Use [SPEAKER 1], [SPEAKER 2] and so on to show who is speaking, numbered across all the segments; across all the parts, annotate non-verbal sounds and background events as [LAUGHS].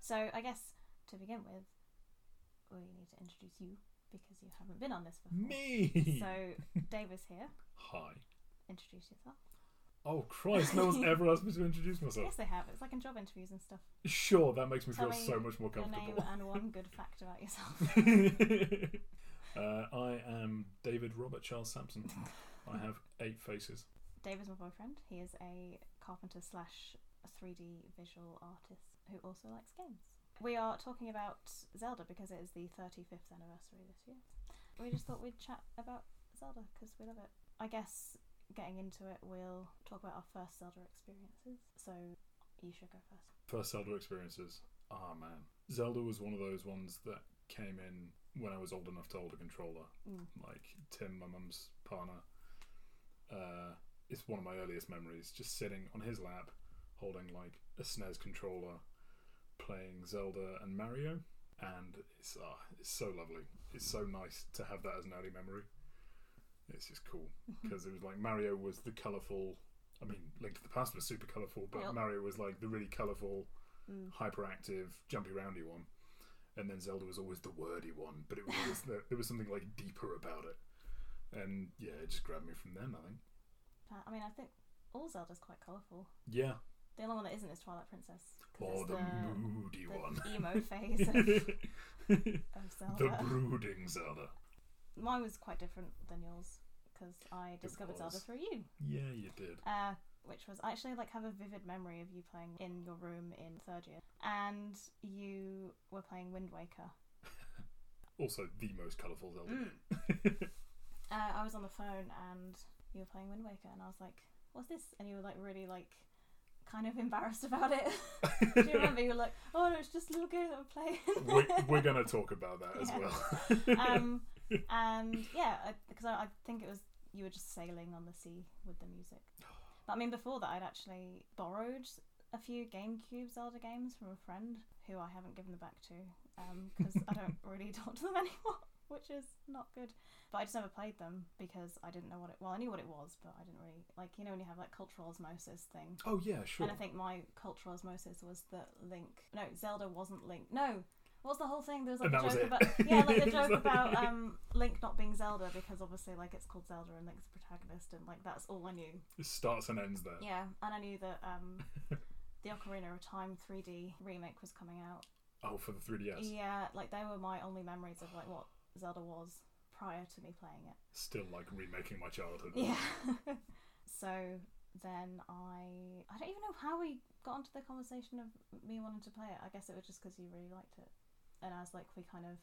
[SPEAKER 1] So I guess to begin with, we need to introduce you because you haven't been on this before.
[SPEAKER 2] Me.
[SPEAKER 1] So Davis here.
[SPEAKER 2] Hi.
[SPEAKER 1] Introduce yourself.
[SPEAKER 2] Oh Christ! No one's ever asked me to introduce
[SPEAKER 1] Yes, [LAUGHS]
[SPEAKER 2] myself.
[SPEAKER 1] they have. It's like in job interviews and stuff.
[SPEAKER 2] Sure, that makes me
[SPEAKER 1] Tell
[SPEAKER 2] feel
[SPEAKER 1] me
[SPEAKER 2] so much more
[SPEAKER 1] Your name
[SPEAKER 2] comfortable.
[SPEAKER 1] and one good fact about yourself.
[SPEAKER 2] [LAUGHS] uh, I am David Robert Charles
[SPEAKER 1] [LAUGHS]
[SPEAKER 2] Sampson. I have eight faces.
[SPEAKER 1] David's my boyfriend. He is a carpenter slash 3D visual artist who also likes games. We are talking about Zelda because it is the 35th anniversary this year. We just thought we'd chat about Zelda because we love it. I guess getting into it, we'll talk about our first Zelda experiences. So you should go first.
[SPEAKER 2] First Zelda experiences. Ah man, Zelda was one of those ones that came in when I was old enough to hold a controller.
[SPEAKER 1] Mm.
[SPEAKER 2] Like Tim, my mum's partner. Uh, it's one of my earliest memories. Just sitting on his lap, holding like a SNES controller, playing Zelda and Mario, and it's ah, it's so lovely. It's so nice to have that as an early memory. It's just cool
[SPEAKER 1] Mm-hmm.
[SPEAKER 2] because it was like Mario was the colourful. I mean, Link to the Past was super colourful, but
[SPEAKER 1] Yep.
[SPEAKER 2] Mario was like the really colourful,
[SPEAKER 1] Mm.
[SPEAKER 2] hyperactive, jumpy roundy one. And then Zelda was always the wordy one, but
[SPEAKER 1] [LAUGHS]
[SPEAKER 2] it was always there, there was something like deeper about it. And yeah, it just grabbed me from then. I think.
[SPEAKER 1] Uh, I mean, I think all Zelda's quite colourful.
[SPEAKER 2] Yeah.
[SPEAKER 1] The only one that isn't is Twilight Princess. 'cause
[SPEAKER 2] Or
[SPEAKER 1] it's
[SPEAKER 2] the, moody one.
[SPEAKER 1] the emo phase of,
[SPEAKER 2] [LAUGHS]
[SPEAKER 1] of Zelda.
[SPEAKER 2] the brooding Zelda.
[SPEAKER 1] Mine was quite different than yours because I discovered Zelda
[SPEAKER 2] was.
[SPEAKER 1] through you,
[SPEAKER 2] Yeah, you did.
[SPEAKER 1] uh, which was I actually like have a vivid memory of you playing in your room in third year, and you were playing Wind Waker.
[SPEAKER 2] Also, the most colourful Zelda.
[SPEAKER 1] Mm. [LAUGHS] Uh, I was on the phone and you were playing Wind Waker, and I was like, "What's this?" And you were like really like kind of embarrassed about it. [LAUGHS] Do you remember? You were like, "Oh no, it's just a little game that we're playing."
[SPEAKER 2] [LAUGHS] we, we're going to talk about that as
[SPEAKER 1] Yeah.
[SPEAKER 2] well.
[SPEAKER 1] um, and yeah, because I, I think it was you were just sailing on the sea with the music. But I mean, before that, I'd actually borrowed a few GameCube Zelda games from a friend who I haven't given them back to because I don't really talk to them [LAUGHS] anymore, which is not good. But I just never played them because I didn't know what it. Well, I knew what it was, but I didn't really like. You know, when you have like cultural osmosis thing.
[SPEAKER 2] [LAUGHS] oh yeah, sure.
[SPEAKER 1] And I think my cultural osmosis was that Link. No, Zelda wasn't Link. No, what's the whole thing? There was like
[SPEAKER 2] And
[SPEAKER 1] a
[SPEAKER 2] that was
[SPEAKER 1] joke
[SPEAKER 2] it.
[SPEAKER 1] about yeah, like
[SPEAKER 2] [LAUGHS]
[SPEAKER 1] the
[SPEAKER 2] It's
[SPEAKER 1] joke
[SPEAKER 2] like-
[SPEAKER 1] about um, Link not being Zelda because obviously like it's called Zelda and Link's the protagonist and like that's all I knew.
[SPEAKER 2] It starts and ends there.
[SPEAKER 1] Yeah, and I knew that
[SPEAKER 2] [LAUGHS]
[SPEAKER 1] um, the Ocarina of Time 3D remake was coming out.
[SPEAKER 2] Oh, for the 3DS.
[SPEAKER 1] Yeah, like they were my only memories of like what Zelda was prior to me playing it.
[SPEAKER 2] Still like remaking my childhood.
[SPEAKER 1] Yeah. [LAUGHS] so then I I don't even know how we got into the conversation of me wanting to play it. I guess it was just because you really liked it, and as like we kind of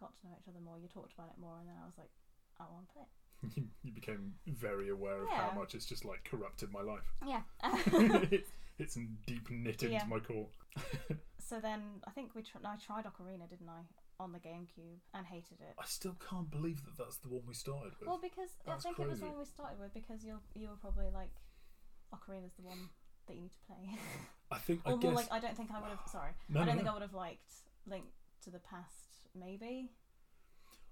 [SPEAKER 1] got to know each other more, you talked about it more, and then I was like, I want to play it.
[SPEAKER 2] [LAUGHS] you you became very aware of
[SPEAKER 1] Yeah.
[SPEAKER 2] how much it's just like corrupted
[SPEAKER 1] [LAUGHS]
[SPEAKER 2] my life. [LAUGHS]
[SPEAKER 1] Yeah.
[SPEAKER 2] it's, it's deep knitted
[SPEAKER 1] Yeah.
[SPEAKER 2] into my core.
[SPEAKER 1] [LAUGHS]
[SPEAKER 2] [LAUGHS]
[SPEAKER 1] so then I think we tr- I tried Ocarina, didn't I, on the GameCube, and hated it.
[SPEAKER 2] I still can't believe that that's the one we started with.
[SPEAKER 1] Well, because
[SPEAKER 2] That's
[SPEAKER 1] I think it was the
[SPEAKER 2] crazy.
[SPEAKER 1] one we started with because you you were probably like, Ocarina's the one that you need to play.
[SPEAKER 2] I think I
[SPEAKER 1] [LAUGHS] or more
[SPEAKER 2] guess
[SPEAKER 1] like I don't think I would have. Sorry,
[SPEAKER 2] No,
[SPEAKER 1] I
[SPEAKER 2] no,
[SPEAKER 1] don't think
[SPEAKER 2] no.
[SPEAKER 1] I would have liked Link to the Past. Maybe,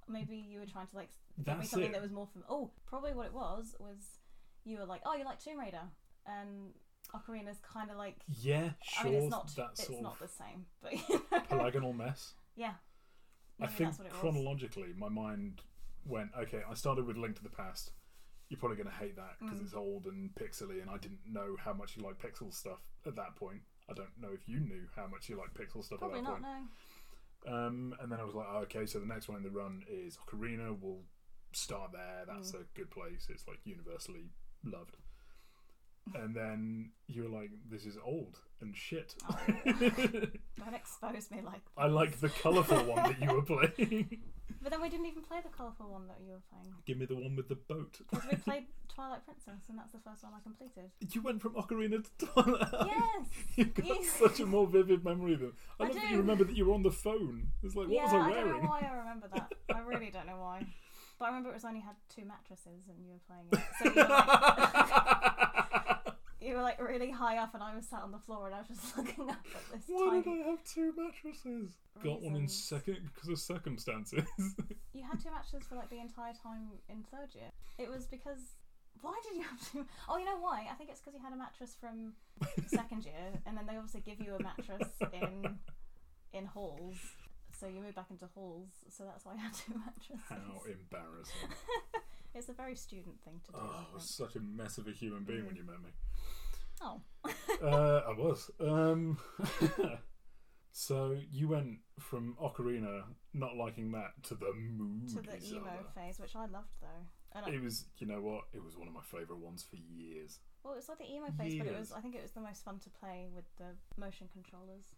[SPEAKER 1] maybe you were trying to like give me
[SPEAKER 2] that's
[SPEAKER 1] something
[SPEAKER 2] it.
[SPEAKER 1] that was more from. Oh, probably what it was was you were like, oh, you like Tomb Raider, and Ocarina's kind of like.
[SPEAKER 2] Yeah, sure.
[SPEAKER 1] I mean, it's not
[SPEAKER 2] that
[SPEAKER 1] it's
[SPEAKER 2] sort
[SPEAKER 1] not the
[SPEAKER 2] of
[SPEAKER 1] same, but [LAUGHS] you know.
[SPEAKER 2] polygonal mess.
[SPEAKER 1] yeah.
[SPEAKER 2] I
[SPEAKER 1] Maybe
[SPEAKER 2] think
[SPEAKER 1] that's what it was.
[SPEAKER 2] chronologically, my mind went, okay, I started with Link to the Past. You're probably going to hate that because
[SPEAKER 1] Mm.
[SPEAKER 2] it's old and pixely, and I didn't know how much you like pixel stuff at that point. I don't know if you knew how much you like pixel stuff
[SPEAKER 1] Probably
[SPEAKER 2] at that
[SPEAKER 1] not.
[SPEAKER 2] point.
[SPEAKER 1] No.
[SPEAKER 2] Um, and then I was like, oh, okay, so the next one in the run is Ocarina. We'll start there. That's
[SPEAKER 1] Mm.
[SPEAKER 2] a good place. It's like universally loved. And then you were like, this is old and shit.
[SPEAKER 1] Don't expose me like.
[SPEAKER 2] [LAUGHS] I like the colourful one that you were playing. [LAUGHS]
[SPEAKER 1] But then we didn't even play the colourful one that you were playing.
[SPEAKER 2] Give me the one with the boat.
[SPEAKER 1] Because
[SPEAKER 2] [LAUGHS]
[SPEAKER 1] we played Twilight Princess, and that's the first one I completed.
[SPEAKER 2] You went from Ocarina to Twilight. [LAUGHS]
[SPEAKER 1] Yes.
[SPEAKER 2] You've
[SPEAKER 1] [LAUGHS]
[SPEAKER 2] got
[SPEAKER 1] Yes.
[SPEAKER 2] such a more vivid memory than I,
[SPEAKER 1] I
[SPEAKER 2] love that
[SPEAKER 1] do.
[SPEAKER 2] you remember that you were on the phone. It's like, what
[SPEAKER 1] yeah,
[SPEAKER 2] was I
[SPEAKER 1] don't know
[SPEAKER 2] [LAUGHS] wearing?
[SPEAKER 1] why I remember that. I really don't know why. But I remember it was only had two mattresses and you were playing it. So you were, like,
[SPEAKER 2] [LAUGHS]
[SPEAKER 1] you were like really high up and I was sat on the floor and I was just [LAUGHS] looking up at this
[SPEAKER 2] [LAUGHS] Why did
[SPEAKER 1] tiny.
[SPEAKER 2] I have two mattresses? Got one in
[SPEAKER 1] Reasons.
[SPEAKER 2] second because of circumstances.
[SPEAKER 1] You had two mattresses for like the entire time in third year. It was because. Why did you have two? Oh, you know why? I
[SPEAKER 2] [LAUGHS]
[SPEAKER 1] think it's because you had a mattress from second year and then they obviously give you a mattress in in halls. So you move back into halls. So that's why I had two [LAUGHS] mattresses.
[SPEAKER 2] [LAUGHS] How embarrassing.
[SPEAKER 1] It's a very student thing to do. I
[SPEAKER 2] Oh, I
[SPEAKER 1] think.
[SPEAKER 2] was such a mess of a human
[SPEAKER 1] Mm.
[SPEAKER 2] being when you met me.
[SPEAKER 1] [LAUGHS] oh.
[SPEAKER 2] Uh, I was. Um, [LAUGHS] so you went from Ocarina not liking that to the mood
[SPEAKER 1] to the emo
[SPEAKER 2] Zelda.
[SPEAKER 1] phase, which I loved though. And I,
[SPEAKER 2] It was, you know what? It was one of my favorite ones for years.
[SPEAKER 1] well, it was like the emo phase, but it
[SPEAKER 2] Years.
[SPEAKER 1] was. I think it was the most fun to play with the motion controllers.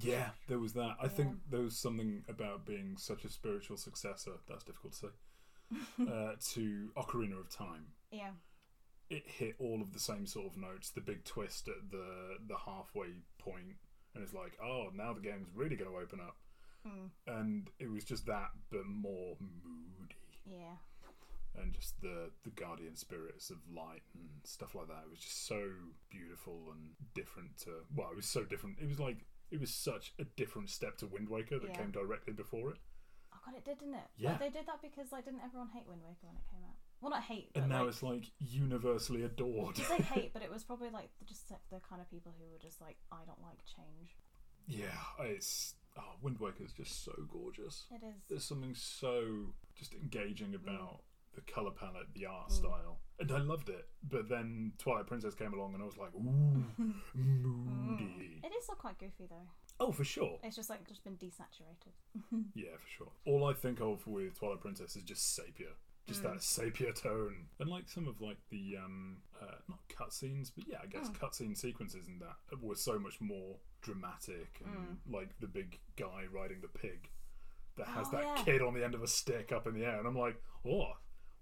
[SPEAKER 2] Yeah, there was that. I think
[SPEAKER 1] Yeah.
[SPEAKER 2] there was something about being such a spiritual successor. That's difficult to say. uh, to Ocarina of Time,
[SPEAKER 1] Yeah,
[SPEAKER 2] it hit all of the same sort of notes. The big twist at the the halfway point, and it's like, oh, now the game's really going to open up.
[SPEAKER 1] Mm.
[SPEAKER 2] And it was just that, but more moody,
[SPEAKER 1] yeah,
[SPEAKER 2] and just the the guardian spirits of light and stuff like that. It was just so beautiful and different to. Well, it was so different. It was like it was such a different step to Wind Waker that
[SPEAKER 1] Yeah.
[SPEAKER 2] came directly before it,
[SPEAKER 1] oh god, it did, didn't it?
[SPEAKER 2] Yeah.
[SPEAKER 1] Like, they did that because like didn't everyone hate Wind Waker when it came out? Well, not hate, but
[SPEAKER 2] and now
[SPEAKER 1] like,
[SPEAKER 2] it's like universally adored.
[SPEAKER 1] you say hate, but it was probably like the- just like the kind of people who were just like, I don't like change.
[SPEAKER 2] [LAUGHS] yeah, it's oh, Wind Waker is just so gorgeous.
[SPEAKER 1] It is.
[SPEAKER 2] there's something so just engaging about the color palette, the art
[SPEAKER 1] Mm.
[SPEAKER 2] style, and I loved it. But then Twilight Princess came along, and I was like,
[SPEAKER 1] [LAUGHS]
[SPEAKER 2] ooh, moody.
[SPEAKER 1] It is still quite goofy though.
[SPEAKER 2] Oh, for sure.
[SPEAKER 1] It's just like just been desaturated.
[SPEAKER 2] Yeah, for sure. All I think of with Twilight Princess is just sepia. Just that [LAUGHS] sepia tone, and like some of like the um, uh, not cutscenes, but yeah, I guess cutscene sequences in that were so much more dramatic, and like the big guy riding the pig that has
[SPEAKER 1] Oh,
[SPEAKER 2] that
[SPEAKER 1] yeah.
[SPEAKER 2] kid on the end of a stick up in the air, and I'm like, oh,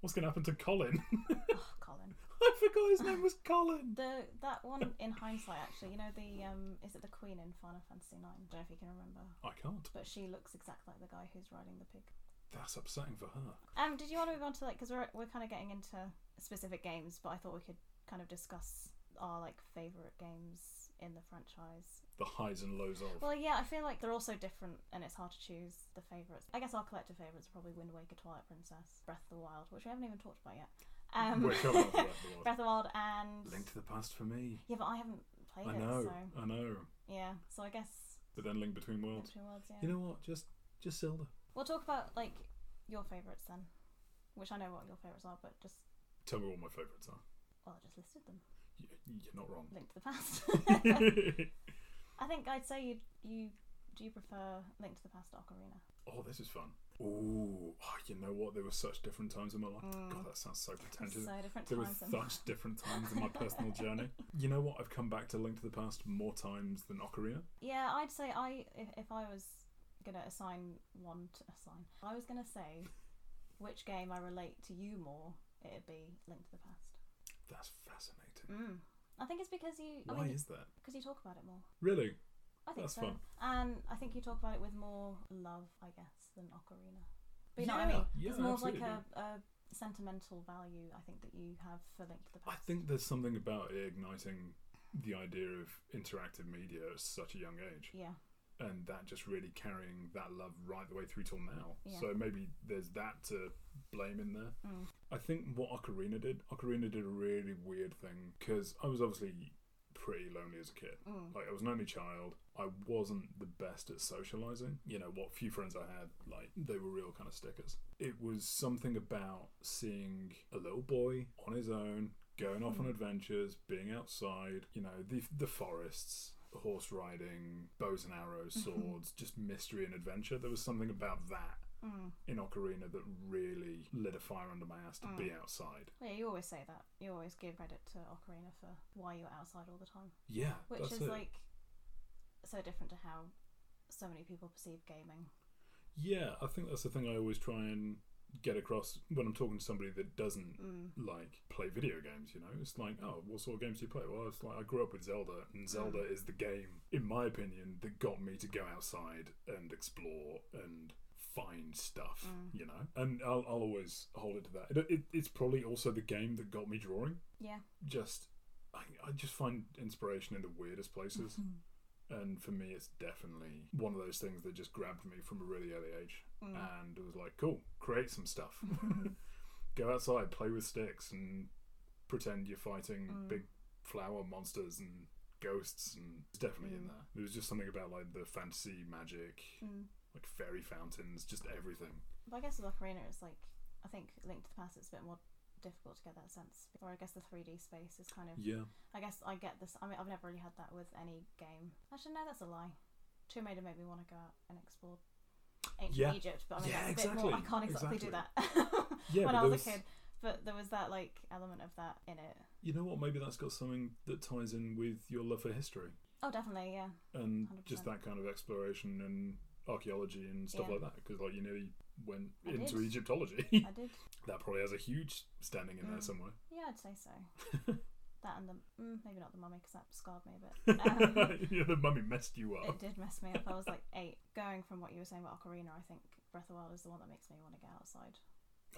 [SPEAKER 2] what's gonna happen to Colin? [LAUGHS]
[SPEAKER 1] oh, Colin.
[SPEAKER 2] I forgot his name was Colin.
[SPEAKER 1] The that one in hindsight, actually, you know the um, is it the Queen in Final Fantasy Nine? I don't know if you can remember,
[SPEAKER 2] I can't.
[SPEAKER 1] but she looks exactly like the guy who's riding the pig.
[SPEAKER 2] That's upsetting for her.
[SPEAKER 1] Um, did you want to move on to like because we're we're kind of getting into specific games, but I thought we could kind of discuss our like favorite games in the franchise.
[SPEAKER 2] The highs and lows of.
[SPEAKER 1] Well, yeah, I feel like they're all so different, and it's hard to choose the favorites. I guess our collective favorites are probably Wind Waker, Twilight Princess, Breath of the Wild, which we haven't even talked about yet. Um,
[SPEAKER 2] We're coming up with Breath
[SPEAKER 1] [LAUGHS]
[SPEAKER 2] of the Wild.
[SPEAKER 1] Breath of the Wild and
[SPEAKER 2] Link to the past for me.
[SPEAKER 1] yeah, but I haven't played
[SPEAKER 2] I
[SPEAKER 1] it,
[SPEAKER 2] know.
[SPEAKER 1] so
[SPEAKER 2] I know.
[SPEAKER 1] yeah. So I guess
[SPEAKER 2] But then Link Between Worlds.
[SPEAKER 1] Between Worlds, yeah.
[SPEAKER 2] You know what? Just just Zelda.
[SPEAKER 1] we'll talk about like your favorites then, which I know what your favorites are, but just
[SPEAKER 2] Tell me what my favourites are.
[SPEAKER 1] well, I just listed them.
[SPEAKER 2] Y- You're not
[SPEAKER 1] [LAUGHS]
[SPEAKER 2] wrong. [LAUGHS]
[SPEAKER 1] Link to the Past. I think I'd say you you do you prefer Link to the Past or Ocarina?
[SPEAKER 2] oh, this is fun. Ooh, oh, you know what? There were such different times in my life. God, that sounds so pretentious.
[SPEAKER 1] Mm. So different
[SPEAKER 2] there were
[SPEAKER 1] times. and-
[SPEAKER 2] such different times in my personal
[SPEAKER 1] [LAUGHS]
[SPEAKER 2] journey. You know what? I've come back to Link to the Past more times than Ocarina.
[SPEAKER 1] Yeah, I'd say I if, if I was gonna assign one to assign, if I was gonna say which game I relate to you more. It'd be Link to the Past.
[SPEAKER 2] That's fascinating.
[SPEAKER 1] Mm. I think it's because you. I
[SPEAKER 2] Why
[SPEAKER 1] mean,
[SPEAKER 2] is that?
[SPEAKER 1] because you talk about it more.
[SPEAKER 2] Really?
[SPEAKER 1] I think
[SPEAKER 2] That's
[SPEAKER 1] so.
[SPEAKER 2] fun.
[SPEAKER 1] And I think you talk about it with more love, I guess, than Ocarina. But you know
[SPEAKER 2] Yeah,
[SPEAKER 1] what I mean?
[SPEAKER 2] yeah,
[SPEAKER 1] it's more of like
[SPEAKER 2] absolutely.
[SPEAKER 1] a, a sentimental value, I think, that you have for Link to the
[SPEAKER 2] I
[SPEAKER 1] Past.
[SPEAKER 2] think there's something about it igniting the idea of interactive media at such a young age.
[SPEAKER 1] Yeah.
[SPEAKER 2] and that just really carrying that love right the way through till now.
[SPEAKER 1] Yeah.
[SPEAKER 2] So maybe there's that to blame in there.
[SPEAKER 1] Mm.
[SPEAKER 2] I think what Ocarina did, Ocarina did a really weird thing because I was obviously pretty lonely as a kid.
[SPEAKER 1] Mm.
[SPEAKER 2] Like I was an only child. I wasn't the best at socializing. You know what few friends I had, like they were real kind of stickers. It was something about seeing a little boy on his own, going off
[SPEAKER 1] Hmm.
[SPEAKER 2] on adventures, being outside. You know the the forests, horse riding, bows and arrows,
[SPEAKER 1] Mm-hmm.
[SPEAKER 2] swords, just mystery and adventure. There was something about that.
[SPEAKER 1] Mm.
[SPEAKER 2] In Ocarina, that really lit a fire under my ass to be
[SPEAKER 1] Mm.
[SPEAKER 2] outside.
[SPEAKER 1] Well, yeah, you always say that. You always give credit to Ocarina for why you're outside all the time,
[SPEAKER 2] Yeah,
[SPEAKER 1] which
[SPEAKER 2] that's
[SPEAKER 1] is
[SPEAKER 2] it.
[SPEAKER 1] like so different to how so many people perceive gaming.
[SPEAKER 2] Yeah, I think that's the thing I always try and get across when I'm talking to somebody that doesn't
[SPEAKER 1] Mm.
[SPEAKER 2] like play video games. You know, it's like, oh, what sort of games do you play? Well, it's like I grew up with Zelda, and Zelda is the game, in my opinion, that got me to go outside and explore and find stuff. You know, and I'll, I'll always hold it to that. It, it, it's probably also the game that got me drawing.
[SPEAKER 1] Yeah.
[SPEAKER 2] Just, I, I just find inspiration in the weirdest places.
[SPEAKER 1] Mm-hmm.
[SPEAKER 2] And for me, it's definitely one of those things that just grabbed me from a really early age
[SPEAKER 1] Mm.
[SPEAKER 2] and it was like, cool, create some stuff.
[SPEAKER 1] Mm-hmm.
[SPEAKER 2] [LAUGHS] Go
[SPEAKER 1] Mm.
[SPEAKER 2] outside, play with sticks, and pretend you're fighting big flower monsters and ghosts and it's definitely in
[SPEAKER 1] Mm.
[SPEAKER 2] there. There was just something about like the fantasy magic,
[SPEAKER 1] Mm.
[SPEAKER 2] like fairy fountains, just everything.
[SPEAKER 1] But I guess with Ocarina, it's like I think Link to the Past, it's a bit more difficult to get that sense. Or I guess the 3D space is kind of.
[SPEAKER 2] Yeah.
[SPEAKER 1] I guess I get this. I mean, I've never really had that with any game. Actually, no, that's a lie. Tomb Raider made me want to go out and explore ancient
[SPEAKER 2] Yeah.
[SPEAKER 1] Egypt, but I mean,
[SPEAKER 2] Yeah,
[SPEAKER 1] that's a bit more. I
[SPEAKER 2] exactly,
[SPEAKER 1] can't exactly, do that [LAUGHS]
[SPEAKER 2] Yeah,
[SPEAKER 1] when
[SPEAKER 2] but
[SPEAKER 1] I was, a
[SPEAKER 2] there was-
[SPEAKER 1] kid. But there was that like element of that in it.
[SPEAKER 2] You know what? Maybe that's got something that ties in with your love for history
[SPEAKER 1] Oh, definitely, yeah.
[SPEAKER 2] and just
[SPEAKER 1] 100%.
[SPEAKER 2] that kind of exploration and archaeology and stuff
[SPEAKER 1] Yeah.
[SPEAKER 2] like that. Because like you nearly went
[SPEAKER 1] I
[SPEAKER 2] into
[SPEAKER 1] did.
[SPEAKER 2] Egyptology. [LAUGHS]
[SPEAKER 1] I did.
[SPEAKER 2] that probably has a huge standing in there
[SPEAKER 1] Mm. Um,
[SPEAKER 2] somewhere.
[SPEAKER 1] Yeah, I'd say so. That and the mm, maybe not the mummy because that scarred me a bit. Um,
[SPEAKER 2] [LAUGHS] yeah, the mummy messed you
[SPEAKER 1] It
[SPEAKER 2] up.
[SPEAKER 1] did mess me up. I was like eight. Going from what you were saying about Ocarina, I think Breath of the Wild is the one that makes me want to get outside.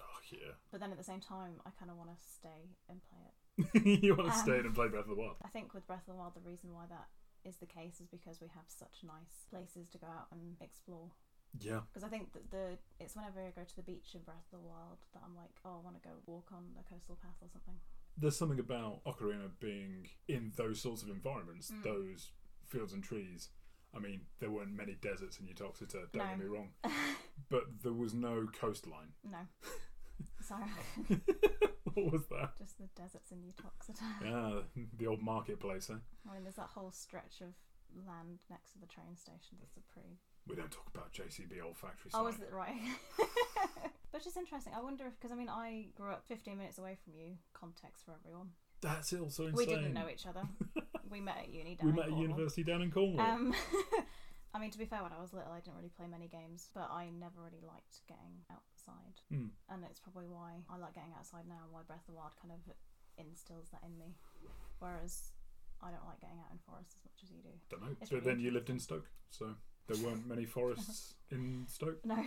[SPEAKER 2] Oh yeah, [LAUGHS]
[SPEAKER 1] But then at the same time, I kind of want to stay and play it.
[SPEAKER 2] you want to
[SPEAKER 1] Um,
[SPEAKER 2] stay in and play Breath of the Wild.
[SPEAKER 1] I think with Breath of the Wild, the reason why that is the case is because we have such nice places to go out and explore.
[SPEAKER 2] Yeah,
[SPEAKER 1] Because I think that the it's whenever I go to the beach in Breath of the Wild that I'm like, oh, I want to go walk on the coastal path or something.
[SPEAKER 2] there's something about Ocarina being in those sorts of environments,
[SPEAKER 1] Mm.
[SPEAKER 2] those fields and trees. I mean, there weren't many deserts in Utoxeter. Don't get
[SPEAKER 1] No.
[SPEAKER 2] me
[SPEAKER 1] [LAUGHS]
[SPEAKER 2] wrong, but there was no coastline. [LAUGHS]
[SPEAKER 1] No, sorry,
[SPEAKER 2] what was
[SPEAKER 1] [SIGHS]
[SPEAKER 2] that?
[SPEAKER 1] just the deserts in Utoxeter.
[SPEAKER 2] Yeah, the old marketplace, eh?
[SPEAKER 1] [LAUGHS] I mean, there's that whole stretch of land next to the train station that's a pretty
[SPEAKER 2] We don't talk about JCB old factory site.
[SPEAKER 1] Oh, is it right? [LAUGHS] Which is interesting. I wonder if, because I mean, I grew up 15 minutes away from you. Context for everyone.
[SPEAKER 2] That's also insane.
[SPEAKER 1] We didn't know each
[SPEAKER 2] [LAUGHS]
[SPEAKER 1] other. we met at uni. Down
[SPEAKER 2] we
[SPEAKER 1] in
[SPEAKER 2] met at
[SPEAKER 1] Cornwall.
[SPEAKER 2] university down in Cornwall.
[SPEAKER 1] Um, [LAUGHS] I mean, to be fair, when I was little, I didn't really play many games, but I never really liked getting outside,
[SPEAKER 2] Hmm.
[SPEAKER 1] and it's probably why I like getting outside now, and why Breath of the Wild kind of instills that in me. Whereas I don't like getting out in forests as much as you do. [LAUGHS]
[SPEAKER 2] don't know.
[SPEAKER 1] It's
[SPEAKER 2] But
[SPEAKER 1] really
[SPEAKER 2] then you lived in Stoke, so there weren't many
[SPEAKER 1] [LAUGHS]
[SPEAKER 2] forests in Stoke.
[SPEAKER 1] No.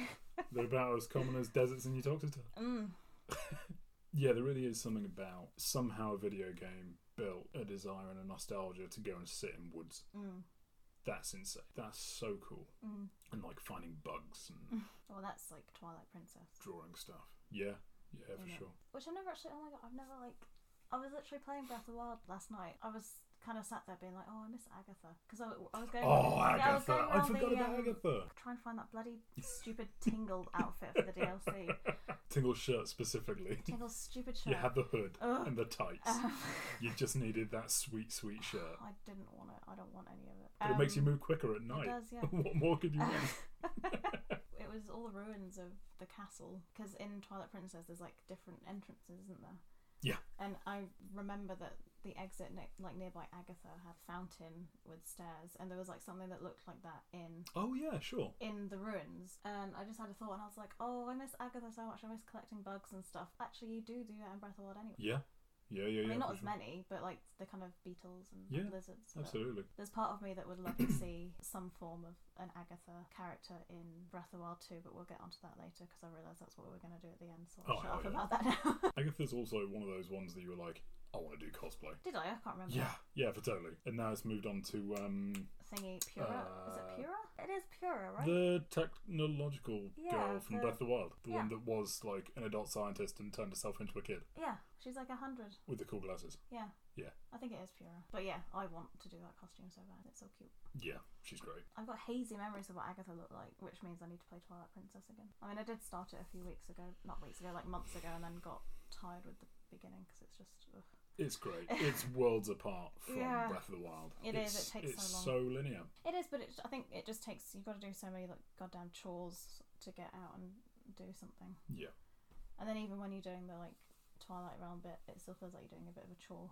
[SPEAKER 2] They're about as common as deserts in Utoxeter.
[SPEAKER 1] Mm.
[SPEAKER 2] Yeah, there really is something about somehow a video game built a desire and a nostalgia to go and sit in woods.
[SPEAKER 1] Mm.
[SPEAKER 2] That's insane. That's so cool.
[SPEAKER 1] Mm.
[SPEAKER 2] And like finding bugs and
[SPEAKER 1] Well, that's like Twilight Princess.
[SPEAKER 2] drawing stuff. Yeah, yeah, for
[SPEAKER 1] Yeah.
[SPEAKER 2] sure.
[SPEAKER 1] which I never actually. Oh my god, I've never like. I was literally playing Breath of the Wild last night. I was kind of sat there being like, oh, I miss Agatha because I, I was going.
[SPEAKER 2] Oh,
[SPEAKER 1] yeah, I was
[SPEAKER 2] Agatha!
[SPEAKER 1] going
[SPEAKER 2] I
[SPEAKER 1] around
[SPEAKER 2] forgot
[SPEAKER 1] the,
[SPEAKER 2] about
[SPEAKER 1] um,
[SPEAKER 2] Agatha.
[SPEAKER 1] Try and find that bloody stupid Tingle outfit for the DLC.
[SPEAKER 2] Tingle shirt specifically. [LAUGHS]
[SPEAKER 1] Tingle's stupid shirt.
[SPEAKER 2] You had the hood
[SPEAKER 1] Ugh. [LAUGHS]
[SPEAKER 2] and the tights.
[SPEAKER 1] Um,
[SPEAKER 2] You just needed that sweet, sweet shirt.
[SPEAKER 1] I didn't want it. I don't want any of it.
[SPEAKER 2] But it makes you
[SPEAKER 1] Um,
[SPEAKER 2] move quicker at night.
[SPEAKER 1] It
[SPEAKER 2] [LAUGHS]
[SPEAKER 1] does, yeah. Uh,
[SPEAKER 2] what more could you want?
[SPEAKER 1] it was all the ruins of the castle because in Twilight Princess there's like different entrances, isn't there?
[SPEAKER 2] Yeah.
[SPEAKER 1] And I remember that the exit ne- like nearby Agatha had a fountain with stairs, and there was like something that looked like that in
[SPEAKER 2] Oh yeah, sure.
[SPEAKER 1] in the ruins. And I just had a thought, and I was like, oh, I miss Agatha so much. I miss collecting bugs and stuff. Actually, you do do that in Breath of the Wild anyway.
[SPEAKER 2] Yeah, yeah, yeah,
[SPEAKER 1] I
[SPEAKER 2] yeah.
[SPEAKER 1] mean, not as
[SPEAKER 2] for sure.
[SPEAKER 1] many, but like the kind of beetles and
[SPEAKER 2] Yeah,
[SPEAKER 1] lizards. but-
[SPEAKER 2] Absolutely.
[SPEAKER 1] there's part of me that would love
[SPEAKER 2] [COUGHS]
[SPEAKER 1] to see some form of an Agatha character in Breath of the Wild 2, but we'll get onto that later because I realise that's what we were going to do at the end, so I'll
[SPEAKER 2] Oh,
[SPEAKER 1] shut up
[SPEAKER 2] yeah.
[SPEAKER 1] about that now. [LAUGHS]
[SPEAKER 2] Agatha's also one of those ones that you were like, I want to do cosplay.
[SPEAKER 1] Did I? I can't remember.
[SPEAKER 2] Yeah, yeah, for totally. And now it's moved on to um,
[SPEAKER 1] Thingy Pura. is it
[SPEAKER 2] Uh,
[SPEAKER 1] Pura? It is Pura, right?
[SPEAKER 2] the technological
[SPEAKER 1] Yeah,
[SPEAKER 2] girl from
[SPEAKER 1] the-
[SPEAKER 2] Breath of the Wild, the one
[SPEAKER 1] yeah.
[SPEAKER 2] that was like an adult scientist and turned herself into a kid
[SPEAKER 1] Yeah, she's like 100.
[SPEAKER 2] with the cool glasses.
[SPEAKER 1] Yeah.
[SPEAKER 2] Yeah.
[SPEAKER 1] I think it is Pura. But yeah, I want to do that costume so bad. It's so cute.
[SPEAKER 2] Yeah, she's great.
[SPEAKER 1] I've got hazy memories of what Agatha looked like, which means I need to play Twilight Princess again. I mean, I did start it a few weeks ago, not weeks ago, like months ago, and then got tired with the beginning because it's just. Ugh.
[SPEAKER 2] It's
[SPEAKER 1] [LAUGHS]
[SPEAKER 2] great. It's worlds apart from
[SPEAKER 1] Yeah.
[SPEAKER 2] Breath of the Wild.
[SPEAKER 1] It
[SPEAKER 2] it's,
[SPEAKER 1] is, it takes
[SPEAKER 2] it's
[SPEAKER 1] so
[SPEAKER 2] so linear.
[SPEAKER 1] It is, but it, I think it just takes you've got to do so many like goddamn chores to get out and do something.
[SPEAKER 2] Yeah.
[SPEAKER 1] And then even when you're doing the like Twilight Realm bit, it still feels like you're doing a bit of a chore.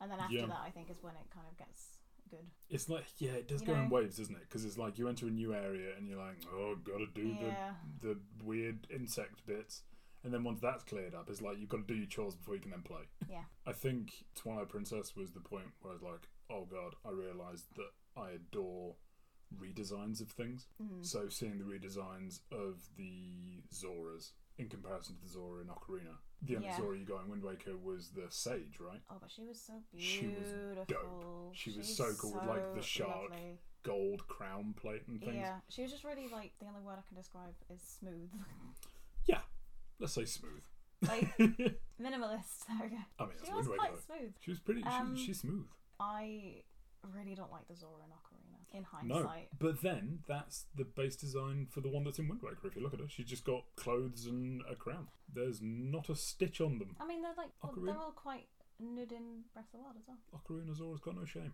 [SPEAKER 1] And then after
[SPEAKER 2] Yeah.
[SPEAKER 1] that, I think is when it kind of gets good.
[SPEAKER 2] It's like yeah, it does
[SPEAKER 1] You
[SPEAKER 2] go in
[SPEAKER 1] know-
[SPEAKER 2] waves, doesn't it? Because it's like you enter a new area and you're like, oh, gotta do
[SPEAKER 1] Yeah.
[SPEAKER 2] the the weird insect bits, and then once that's cleared up, it's like you've got to do your chores before you can then play.
[SPEAKER 1] Yeah.
[SPEAKER 2] I think Twilight Princess was the point where I was like, oh god, I realised that I adore redesigns of things.
[SPEAKER 1] Mm.
[SPEAKER 2] So seeing the redesigns of the Zoras in comparison to the Zora in Ocarina, the only
[SPEAKER 1] Yeah.
[SPEAKER 2] Zora you got in Wind Waker was the Sage, right?
[SPEAKER 1] Oh, but she was so
[SPEAKER 2] She was
[SPEAKER 1] beautiful.
[SPEAKER 2] dope. She was
[SPEAKER 1] She's
[SPEAKER 2] so cool with, like, the
[SPEAKER 1] so
[SPEAKER 2] shark
[SPEAKER 1] lovely.
[SPEAKER 2] Gold crown plate and things.
[SPEAKER 1] Yeah, she was just really like the only word I can describe is smooth, [LAUGHS]
[SPEAKER 2] Let's say smooth.
[SPEAKER 1] like
[SPEAKER 2] [LAUGHS] I
[SPEAKER 1] minimalist. [LAUGHS] There we go.
[SPEAKER 2] mean, that's
[SPEAKER 1] She
[SPEAKER 2] Wind
[SPEAKER 1] was
[SPEAKER 2] Waker.
[SPEAKER 1] quite
[SPEAKER 2] though.
[SPEAKER 1] smooth.
[SPEAKER 2] She was pretty.
[SPEAKER 1] Um,
[SPEAKER 2] she, she's smooth.
[SPEAKER 1] I really don't like the Zora and Ocarina in
[SPEAKER 2] No,
[SPEAKER 1] hindsight.
[SPEAKER 2] but then that's the base design for the one that's in Wind Waker. If you look at her, she's just got clothes and a crown. There's not a stitch on them.
[SPEAKER 1] I mean, they're like well, they're
[SPEAKER 2] Ocarina-
[SPEAKER 1] all quite nude in Breath of the Wild as well.
[SPEAKER 2] Ocarina Zora's got no shame.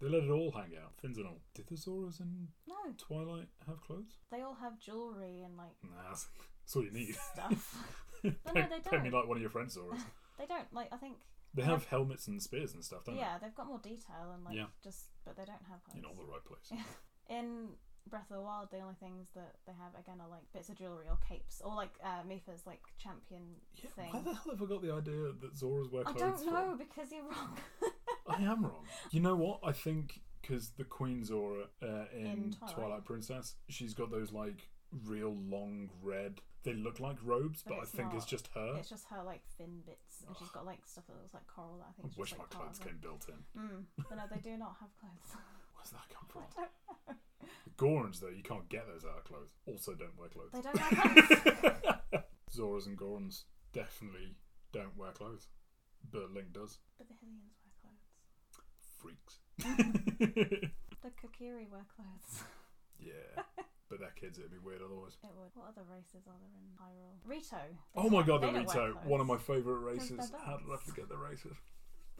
[SPEAKER 2] They let it all hang out, fins and all. Did the Zoras in
[SPEAKER 1] [LAUGHS] no,
[SPEAKER 2] Twilight have clothes?
[SPEAKER 1] they all have jewelry and like
[SPEAKER 2] Nah, that's, [LAUGHS] that's all you need.
[SPEAKER 1] stuff. no,
[SPEAKER 2] Peg- [LAUGHS]
[SPEAKER 1] they
[SPEAKER 2] peg me
[SPEAKER 1] don't.
[SPEAKER 2] like one of your friends Zoras.
[SPEAKER 1] they don't like. I think
[SPEAKER 2] They
[SPEAKER 1] Yeah.
[SPEAKER 2] have helmets and spears and stuff, don't
[SPEAKER 1] yeah, they've got more detail and like
[SPEAKER 2] Yeah.
[SPEAKER 1] just, but they don't have.
[SPEAKER 2] they? In all
[SPEAKER 1] hoods.
[SPEAKER 2] the right
[SPEAKER 1] [LAUGHS]
[SPEAKER 2] places.
[SPEAKER 1] In Breath of the Wild, the only things that they have again are like bits of jewelry or capes or like uh, Mifa's like champion
[SPEAKER 2] Yeah,
[SPEAKER 1] thing.
[SPEAKER 2] why the hell have I got the idea that Zoras wear
[SPEAKER 1] I
[SPEAKER 2] clothes
[SPEAKER 1] don't
[SPEAKER 2] from?
[SPEAKER 1] know because you're wrong. [LAUGHS]
[SPEAKER 2] I am wrong. You know what? I think because the Queen Zora uh, in,
[SPEAKER 1] In
[SPEAKER 2] Twilight.
[SPEAKER 1] Twilight.
[SPEAKER 2] Princess, she's got those like real long red. They look like robes,
[SPEAKER 1] But
[SPEAKER 2] but, I
[SPEAKER 1] it's
[SPEAKER 2] think it's
[SPEAKER 1] not.
[SPEAKER 2] just her.
[SPEAKER 1] it's just her like fin bits, and she's got like stuff that looks like coral. That I
[SPEAKER 2] I
[SPEAKER 1] think. is just,
[SPEAKER 2] wish
[SPEAKER 1] like,
[SPEAKER 2] my
[SPEAKER 1] part
[SPEAKER 2] clothes
[SPEAKER 1] of it.
[SPEAKER 2] came built in.
[SPEAKER 1] Mm. But no, they do not have
[SPEAKER 2] [LAUGHS]
[SPEAKER 1] clothes.
[SPEAKER 2] Where's that
[SPEAKER 1] [LAUGHS]
[SPEAKER 2] come from?
[SPEAKER 1] don't
[SPEAKER 2] The Gorons, though, you can't get those out of clothes. Also, don't wear clothes.
[SPEAKER 1] they don't have clothes.
[SPEAKER 2] [LAUGHS] Zoras and Gorons definitely don't wear clothes, but Link does.
[SPEAKER 1] but the Hylians wear clothes. [LAUGHS]
[SPEAKER 2] Freaks. [LAUGHS]
[SPEAKER 1] The Kokiri wear clothes. [LAUGHS]
[SPEAKER 2] yeah, but they're kids. It'd be weird otherwise.
[SPEAKER 1] It would. What other races are there in Hyrule? Rito. They
[SPEAKER 2] Oh
[SPEAKER 1] don't-
[SPEAKER 2] my god, the
[SPEAKER 1] they don't wear
[SPEAKER 2] Rito, one of my
[SPEAKER 1] clothes.
[SPEAKER 2] favourite
[SPEAKER 1] Because
[SPEAKER 2] races.
[SPEAKER 1] they're
[SPEAKER 2] How did I
[SPEAKER 1] dogs.
[SPEAKER 2] forget the races?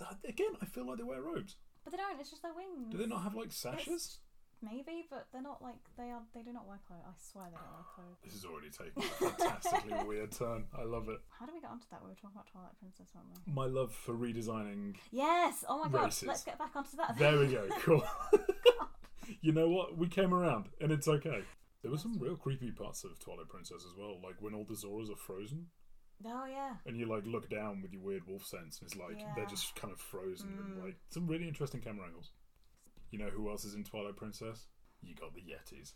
[SPEAKER 2] Uh, Again, I feel like they wear robes.
[SPEAKER 1] But they don't. It's just their wings.
[SPEAKER 2] Do they not have like sashes?
[SPEAKER 1] Maybe, but they're not like they are. They do not wear clothes. I swear they don't wear clothes.
[SPEAKER 2] This is already taking a fantastically weird turn. I love it.
[SPEAKER 1] How do we get onto that? We were talking about Twilight Princess, weren't we?
[SPEAKER 2] My love for redesigning.
[SPEAKER 1] Yes. Oh my god.
[SPEAKER 2] Races.
[SPEAKER 1] Let's get back onto that.
[SPEAKER 2] There we go. Cool. [LAUGHS] you know what? We came around, and it's okay. There were some real creepy parts of Twilight Princess as well, like when all the Zoras are frozen,
[SPEAKER 1] [LAUGHS] oh yeah.
[SPEAKER 2] and you like look down with your weird wolf sense, and it's like they're
[SPEAKER 1] Yeah.
[SPEAKER 2] just kind of frozen. And,
[SPEAKER 1] Mm.
[SPEAKER 2] like some really interesting camera angles. You know who else is in Twilight Princess? You got the Yetis.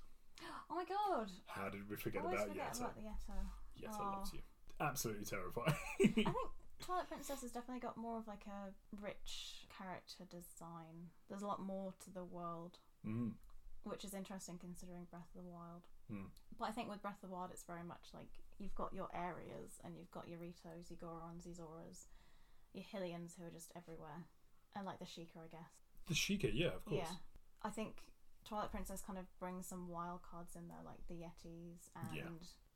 [SPEAKER 1] Oh my god.
[SPEAKER 2] How did we forget
[SPEAKER 1] Always
[SPEAKER 2] about
[SPEAKER 1] Oh, forget
[SPEAKER 2] Yetta?
[SPEAKER 1] about the Yetta.
[SPEAKER 2] Yetta
[SPEAKER 1] Aw.
[SPEAKER 2] loves you. Absolutely terrifying. [LAUGHS]
[SPEAKER 1] I think Twilight Princess has definitely got more of like a rich character design. There's a lot more to the world,
[SPEAKER 2] mm.
[SPEAKER 1] which is interesting considering Breath of the Wild.
[SPEAKER 2] Mm.
[SPEAKER 1] But I think with Breath of the Wild, it's very much like you've got your areas and you've got your Ritos, your Gorons, your Zoras, your Hylians who are just everywhere, and like the Sheikah, I guess.
[SPEAKER 2] The Sheikah, yeah, of course.
[SPEAKER 1] Yeah, I think Twilight Princess kind of brings some wild cards in there, like the Yetis and
[SPEAKER 2] Yeah.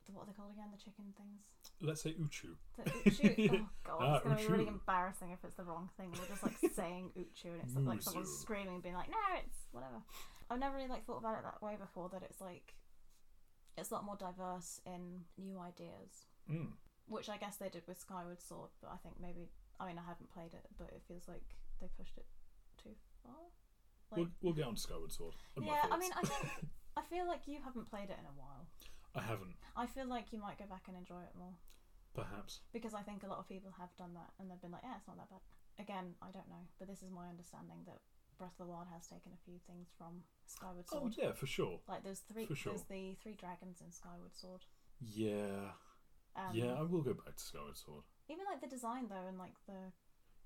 [SPEAKER 1] the, what are they called again? The chicken things.
[SPEAKER 2] Let's say Uchu.
[SPEAKER 1] The Uchu. Oh god,
[SPEAKER 2] Ah,
[SPEAKER 1] it's gonna be really
[SPEAKER 2] Uchu.
[SPEAKER 1] embarrassing if it's the wrong thing. We're just like saying Uchu and it's like someone
[SPEAKER 2] Muzu.
[SPEAKER 1] screaming, being like, "No, it's whatever." I've never really like thought about it that way before. That it's like it's a lot more diverse in new ideas,
[SPEAKER 2] Mm.
[SPEAKER 1] which I guess they did with Skyward Sword. But I think maybe I mean I haven't played it, but it feels like they pushed it too far. Like,
[SPEAKER 2] we'll, we'll get on to Skyward Sword. and my
[SPEAKER 1] yeah, I
[SPEAKER 2] thoughts.
[SPEAKER 1] mean, I think I feel like you haven't played it in a while.
[SPEAKER 2] [LAUGHS] I haven't,
[SPEAKER 1] I feel like you might go back and enjoy it more.
[SPEAKER 2] perhaps.
[SPEAKER 1] because I think a lot of people have done that and they've been like, yeah, it's not that bad. Again, I don't know, but this is my understanding that Breath of the Wild has taken a few things from Skyward
[SPEAKER 2] Oh,
[SPEAKER 1] Sword.
[SPEAKER 2] yeah, for sure.
[SPEAKER 1] Like there's three,
[SPEAKER 2] For sure.
[SPEAKER 1] there's the three dragons in Skyward Sword.
[SPEAKER 2] Yeah.
[SPEAKER 1] Um,
[SPEAKER 2] yeah, I will go back to Skyward Sword.
[SPEAKER 1] Even like the design though, and like the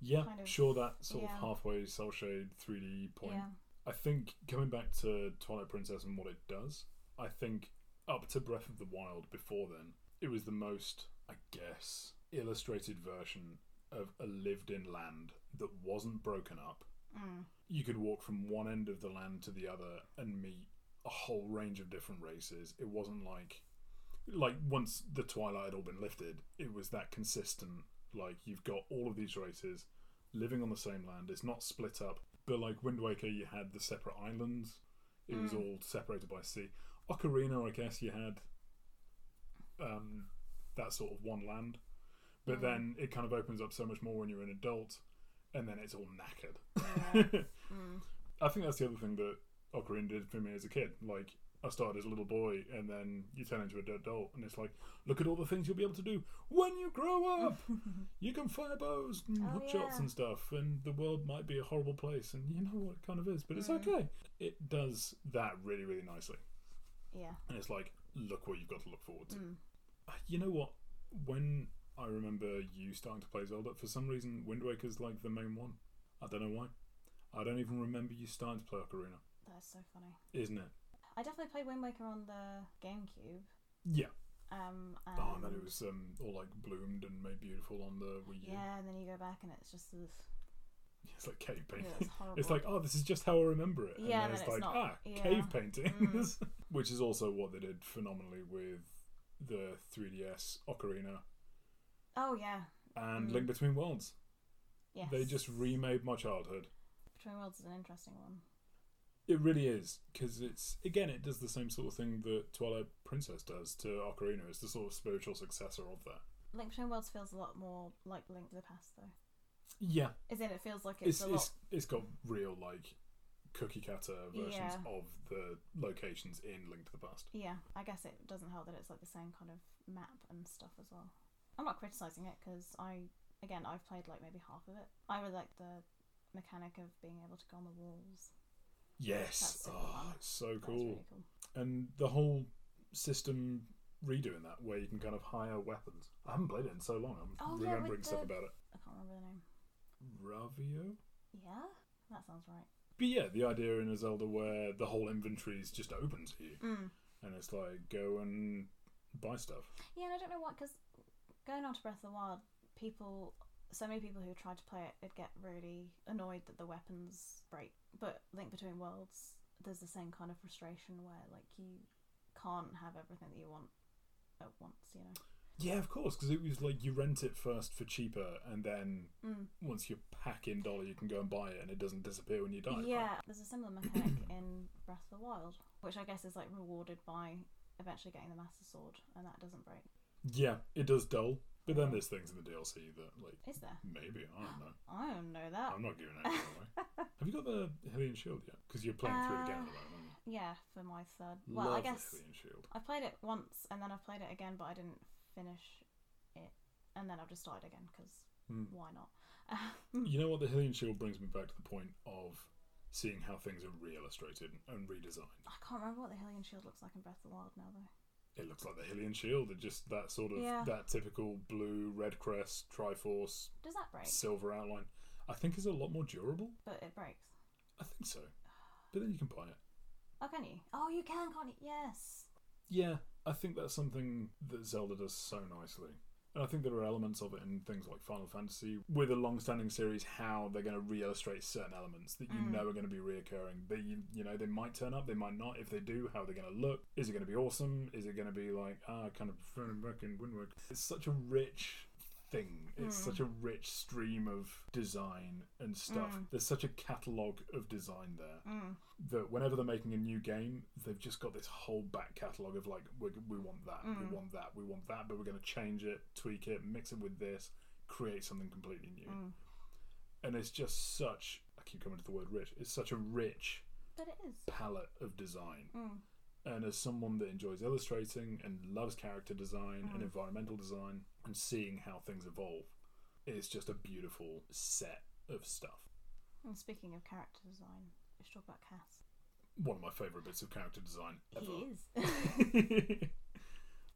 [SPEAKER 2] Yeah,
[SPEAKER 1] kind of-
[SPEAKER 2] sure, that sort
[SPEAKER 1] yeah.
[SPEAKER 2] of halfway cell shade 3D point.
[SPEAKER 1] yeah,
[SPEAKER 2] I think coming back to Twilight Princess and what it does, I think up to Breath of the Wild before then, it was the most, I guess, illustrated version of a lived in land that wasn't broken up.
[SPEAKER 1] mm,
[SPEAKER 2] You could walk from one end of the land to the other and meet a whole range of different races. It wasn't like like once the twilight had all been lifted, it was that consistent like you've got all of these races living on the same land. It's not split up. But like Wind Waker, you had the separate islands. It was
[SPEAKER 1] Mm.
[SPEAKER 2] all separated by sea. Ocarina, I guess, you had um, that sort of one land. But
[SPEAKER 1] Mm.
[SPEAKER 2] then it kind of opens up so much more when you're an adult, and then it's all
[SPEAKER 1] Yeah.
[SPEAKER 2] [LAUGHS] knackered.
[SPEAKER 1] mm.
[SPEAKER 2] I think that's the other thing that Ocarina did for me as a kid. Like, I started as a little boy, and then you turn into an adult, and it's like, look at all the things you'll be able to do when you
[SPEAKER 1] [LAUGHS]
[SPEAKER 2] grow up. you can fire bows and
[SPEAKER 1] Oh,
[SPEAKER 2] hook shots
[SPEAKER 1] yeah.
[SPEAKER 2] and stuff, and the world might be a horrible place, and you know what it kind of is, but it's
[SPEAKER 1] Mm.
[SPEAKER 2] okay. It does that really, really nicely.
[SPEAKER 1] yeah,
[SPEAKER 2] And it's like, look what you've got to look forward to. Uh,
[SPEAKER 1] mm.
[SPEAKER 2] You know what? When I remember you starting to play Zelda, for some reason, Wind Waker's like the main one. I don't know why. I don't even remember you starting to play Ocarina
[SPEAKER 1] that's so funny.
[SPEAKER 2] isn't it?
[SPEAKER 1] I definitely played Wind Waker on the GameCube.
[SPEAKER 2] Yeah.
[SPEAKER 1] Um, and,
[SPEAKER 2] Oh, and then it was um, all like bloomed and made beautiful on the Wii U.
[SPEAKER 1] yeah, and then you go back and it's just this
[SPEAKER 2] Yeah, [LAUGHS] It's like cave
[SPEAKER 1] Yeah,
[SPEAKER 2] painting. [LAUGHS]
[SPEAKER 1] it's horrible.
[SPEAKER 2] It's like, oh, this is just how I remember it.
[SPEAKER 1] Yeah,
[SPEAKER 2] and
[SPEAKER 1] and
[SPEAKER 2] then it's
[SPEAKER 1] then
[SPEAKER 2] like,
[SPEAKER 1] it's not-
[SPEAKER 2] ah,
[SPEAKER 1] yeah. Hmm.
[SPEAKER 2] cave paintings. [LAUGHS] Which is also what they did phenomenally with the 3DS Ocarina
[SPEAKER 1] oh yeah,
[SPEAKER 2] and
[SPEAKER 1] Mm.
[SPEAKER 2] Link Between Worlds.
[SPEAKER 1] yes.
[SPEAKER 2] They just remade my childhood.
[SPEAKER 1] Between Worlds is an interesting one.
[SPEAKER 2] It really is because it's again it does the same sort of thing that Twilight Princess does to Ocarina. It's the sort of spiritual successor of that.
[SPEAKER 1] Link Between Worlds feels a lot more like Link to the Past though.
[SPEAKER 2] Yeah,
[SPEAKER 1] Is in it feels like it's,
[SPEAKER 2] it's
[SPEAKER 1] a
[SPEAKER 2] it's,
[SPEAKER 1] lot.
[SPEAKER 2] it's got real like cookie cutter versions
[SPEAKER 1] Yeah.
[SPEAKER 2] of the locations in Link to the Past.
[SPEAKER 1] Yeah, I guess it doesn't help that it's like the same kind of map and stuff as well. I'm not criticizing it because I again I've played like maybe half of it. I really like the mechanic of being able to go on the walls.
[SPEAKER 2] Yes,
[SPEAKER 1] That's super
[SPEAKER 2] oh,
[SPEAKER 1] fun.
[SPEAKER 2] it's so
[SPEAKER 1] That's
[SPEAKER 2] cool.
[SPEAKER 1] really cool.
[SPEAKER 2] and the whole system redoing that where you can kind of hire weapons. I haven't played it in so long. I'm
[SPEAKER 1] Oh, yeah, with
[SPEAKER 2] remembering stuff
[SPEAKER 1] the-
[SPEAKER 2] about it.
[SPEAKER 1] I can't remember the name.
[SPEAKER 2] Ravio.
[SPEAKER 1] Yeah, that sounds right.
[SPEAKER 2] But yeah, the idea in a Zelda where the whole inventory is just open to you,
[SPEAKER 1] Mm.
[SPEAKER 2] and it's like go and buy stuff.
[SPEAKER 1] Yeah, and I don't know what because going on to Breath of the Wild, people, so many people who tried to play it, would get really annoyed that the weapons break. But Link Between Worlds, there's the same kind of frustration where like you can't have everything that you want at once, you know.
[SPEAKER 2] Yeah, of course, because it was like you rent it first for cheaper, and then
[SPEAKER 1] Mm.
[SPEAKER 2] once you pack in dollar, you can go and buy it, and it doesn't disappear when you die.
[SPEAKER 1] Yeah, there's a similar mechanic [COUGHS] in Breath of the Wild, which I guess is like rewarded by eventually getting the Master Sword, and that doesn't break.
[SPEAKER 2] yeah, it does dull. But then there's things in the DLC that like
[SPEAKER 1] Is there?
[SPEAKER 2] maybe I don't know.
[SPEAKER 1] I don't know that.
[SPEAKER 2] I'm not giving anything
[SPEAKER 1] [LAUGHS]
[SPEAKER 2] away. Have you got the Hellion Shield yet? Because you're playing through it again at the moment. aren't
[SPEAKER 1] Yeah, for my third.
[SPEAKER 2] you?
[SPEAKER 1] Well,
[SPEAKER 2] Love
[SPEAKER 1] I guess
[SPEAKER 2] the Hellion Shield.
[SPEAKER 1] I played it once and then I played it again, but I didn't finish it, and then I've just started again because
[SPEAKER 2] Hmm.
[SPEAKER 1] why not? Um,
[SPEAKER 2] You know what? The Hellion Shield brings me back to the point of seeing how things are re-illustrated and redesigned.
[SPEAKER 1] I can't remember what the Hellion Shield looks like in Breath of the Wild now though.
[SPEAKER 2] It looks like the Hellion Shield. It just that sort of
[SPEAKER 1] Yeah.
[SPEAKER 2] that typical blue, red crest, Triforce,
[SPEAKER 1] Does that break?
[SPEAKER 2] silver outline. I think is a lot more durable.
[SPEAKER 1] But it breaks.
[SPEAKER 2] I think so. But then you can buy it.
[SPEAKER 1] Oh, can you? Oh, you can, can't you? Yes.
[SPEAKER 2] Yeah, I think that's something that Zelda does so nicely. And I think there are elements of it in things like Final Fantasy, with a long standing series, how they're going to re illustrate certain elements that you
[SPEAKER 1] Mm.
[SPEAKER 2] know are going to be reoccurring. They, you, you know, they might turn up, they might not. If they do, how are they going to look? Is it going to be awesome? Is it going to be like, ah, I kind of prefer to work in Windward? It's such a rich thing. It's
[SPEAKER 1] Mm.
[SPEAKER 2] such a rich stream of design and stuff.
[SPEAKER 1] Mm.
[SPEAKER 2] There's such a catalogue of design there
[SPEAKER 1] Mm.
[SPEAKER 2] that whenever they're making a new game, they've just got this whole back catalogue of like, we, we want that,
[SPEAKER 1] Mm.
[SPEAKER 2] we want that, we want that, but we're going to change it, tweak it, mix it with this, create something completely new.
[SPEAKER 1] Mm.
[SPEAKER 2] And it's just such, I keep coming to the word rich, it's such a rich
[SPEAKER 1] But it is.
[SPEAKER 2] palette of design.
[SPEAKER 1] Mm.
[SPEAKER 2] And as someone that enjoys illustrating and loves character design and
[SPEAKER 1] Mm.
[SPEAKER 2] environmental design and seeing how things evolve, it's just a beautiful set of stuff.
[SPEAKER 1] And speaking of character design, let's talk about Cass.
[SPEAKER 2] One of my favourite bits of character design ever.
[SPEAKER 1] He is.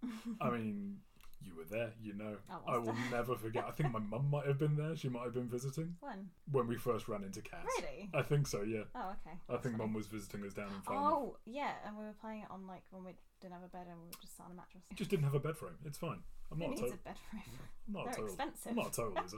[SPEAKER 2] [LAUGHS]
[SPEAKER 1] [LAUGHS]
[SPEAKER 2] I mean, you were there, you know.
[SPEAKER 1] I was
[SPEAKER 2] I will
[SPEAKER 1] there.
[SPEAKER 2] never forget. I think my mum might have been there. She might have been visiting
[SPEAKER 1] when?
[SPEAKER 2] when we first ran into Cass.
[SPEAKER 1] Really?
[SPEAKER 2] I think so, yeah.
[SPEAKER 1] Oh, okay.
[SPEAKER 2] I think mum was visiting us down in Falmouth.
[SPEAKER 1] Oh, yeah, and we were playing it on like when we didn't have a bed and we were just sat on a mattress.
[SPEAKER 2] Just didn't have a bed frame. It's fine. I'm
[SPEAKER 1] Who
[SPEAKER 2] not a
[SPEAKER 1] needs
[SPEAKER 2] total.
[SPEAKER 1] a bed frame?
[SPEAKER 2] I'm not a
[SPEAKER 1] They're
[SPEAKER 2] total.
[SPEAKER 1] expensive.
[SPEAKER 2] I'm not a
[SPEAKER 1] [LAUGHS]
[SPEAKER 2] total loser.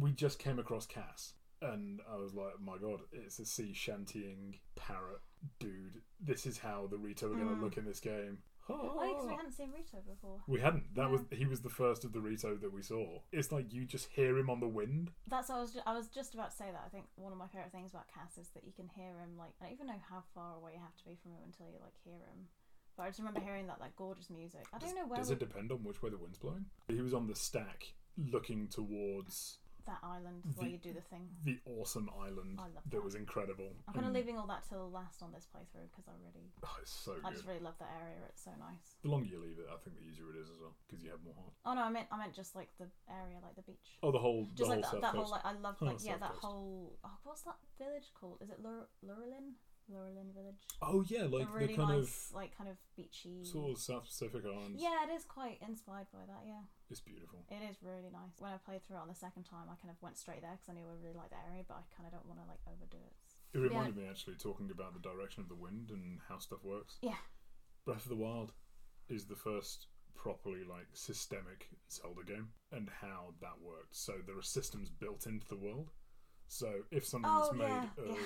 [SPEAKER 2] we just came across Cass, and I was like, "Oh my god, it's a sea shantying parrot dude. This is how the Rito are going to
[SPEAKER 1] Mm.
[SPEAKER 2] look in this game.
[SPEAKER 1] Oh, because we
[SPEAKER 2] Ah.
[SPEAKER 1] hadn't seen Rito before.
[SPEAKER 2] We hadn't. That
[SPEAKER 1] Yeah.
[SPEAKER 2] was he was the first of the Rito that we saw. It's like you just hear him on the wind.
[SPEAKER 1] That's what I was. Ju- I was just about to say that. I think one of my favorite things about Cass is that you can hear him. Like I don't even know how far away you have to be from him until you like hear him. But I just remember hearing that like gorgeous music. I don't know where
[SPEAKER 2] Does
[SPEAKER 1] we-
[SPEAKER 2] it depend on which way the wind's blowing? He was on the stack looking towards
[SPEAKER 1] that island where
[SPEAKER 2] The-
[SPEAKER 1] you do the thing.
[SPEAKER 2] the awesome island
[SPEAKER 1] I love
[SPEAKER 2] that
[SPEAKER 1] that.
[SPEAKER 2] was incredible.
[SPEAKER 1] I'm kind of
[SPEAKER 2] And-
[SPEAKER 1] leaving all that till last on this playthrough because I really,
[SPEAKER 2] Oh, it's so
[SPEAKER 1] I
[SPEAKER 2] good.
[SPEAKER 1] just really love that area. It's so nice.
[SPEAKER 2] The longer you leave it, I think the easier it is as well because you have more heart.
[SPEAKER 1] Oh no, I meant I meant just like the area, like the beach.
[SPEAKER 2] Oh, the whole the
[SPEAKER 1] Just
[SPEAKER 2] whole
[SPEAKER 1] like that,
[SPEAKER 2] south
[SPEAKER 1] that whole
[SPEAKER 2] coast.
[SPEAKER 1] like I love
[SPEAKER 2] Oh,
[SPEAKER 1] like yeah
[SPEAKER 2] South
[SPEAKER 1] that
[SPEAKER 2] Coast.
[SPEAKER 1] whole oh what's that village called? Is it Lure- Lurelin? Lurelin village.
[SPEAKER 2] Oh yeah, like
[SPEAKER 1] a really
[SPEAKER 2] the kind
[SPEAKER 1] nice like kind of beachy.
[SPEAKER 2] of sort of South Pacific islands.
[SPEAKER 1] Yeah, it is quite inspired by that. Yeah,
[SPEAKER 2] It's beautiful.
[SPEAKER 1] it is really nice. When I played through it on the second time, I kind of went straight there because I knew I really liked the area, but I kind of don't want to like overdo it.
[SPEAKER 2] It reminded me actually talking about the direction of the wind and how stuff works.
[SPEAKER 1] Yeah.
[SPEAKER 2] Breath of the Wild is the first properly like systemic Zelda game and how that worked. So there are systems built into the world So if something's
[SPEAKER 1] Oh
[SPEAKER 2] made
[SPEAKER 1] yeah,
[SPEAKER 2] of
[SPEAKER 1] yeah,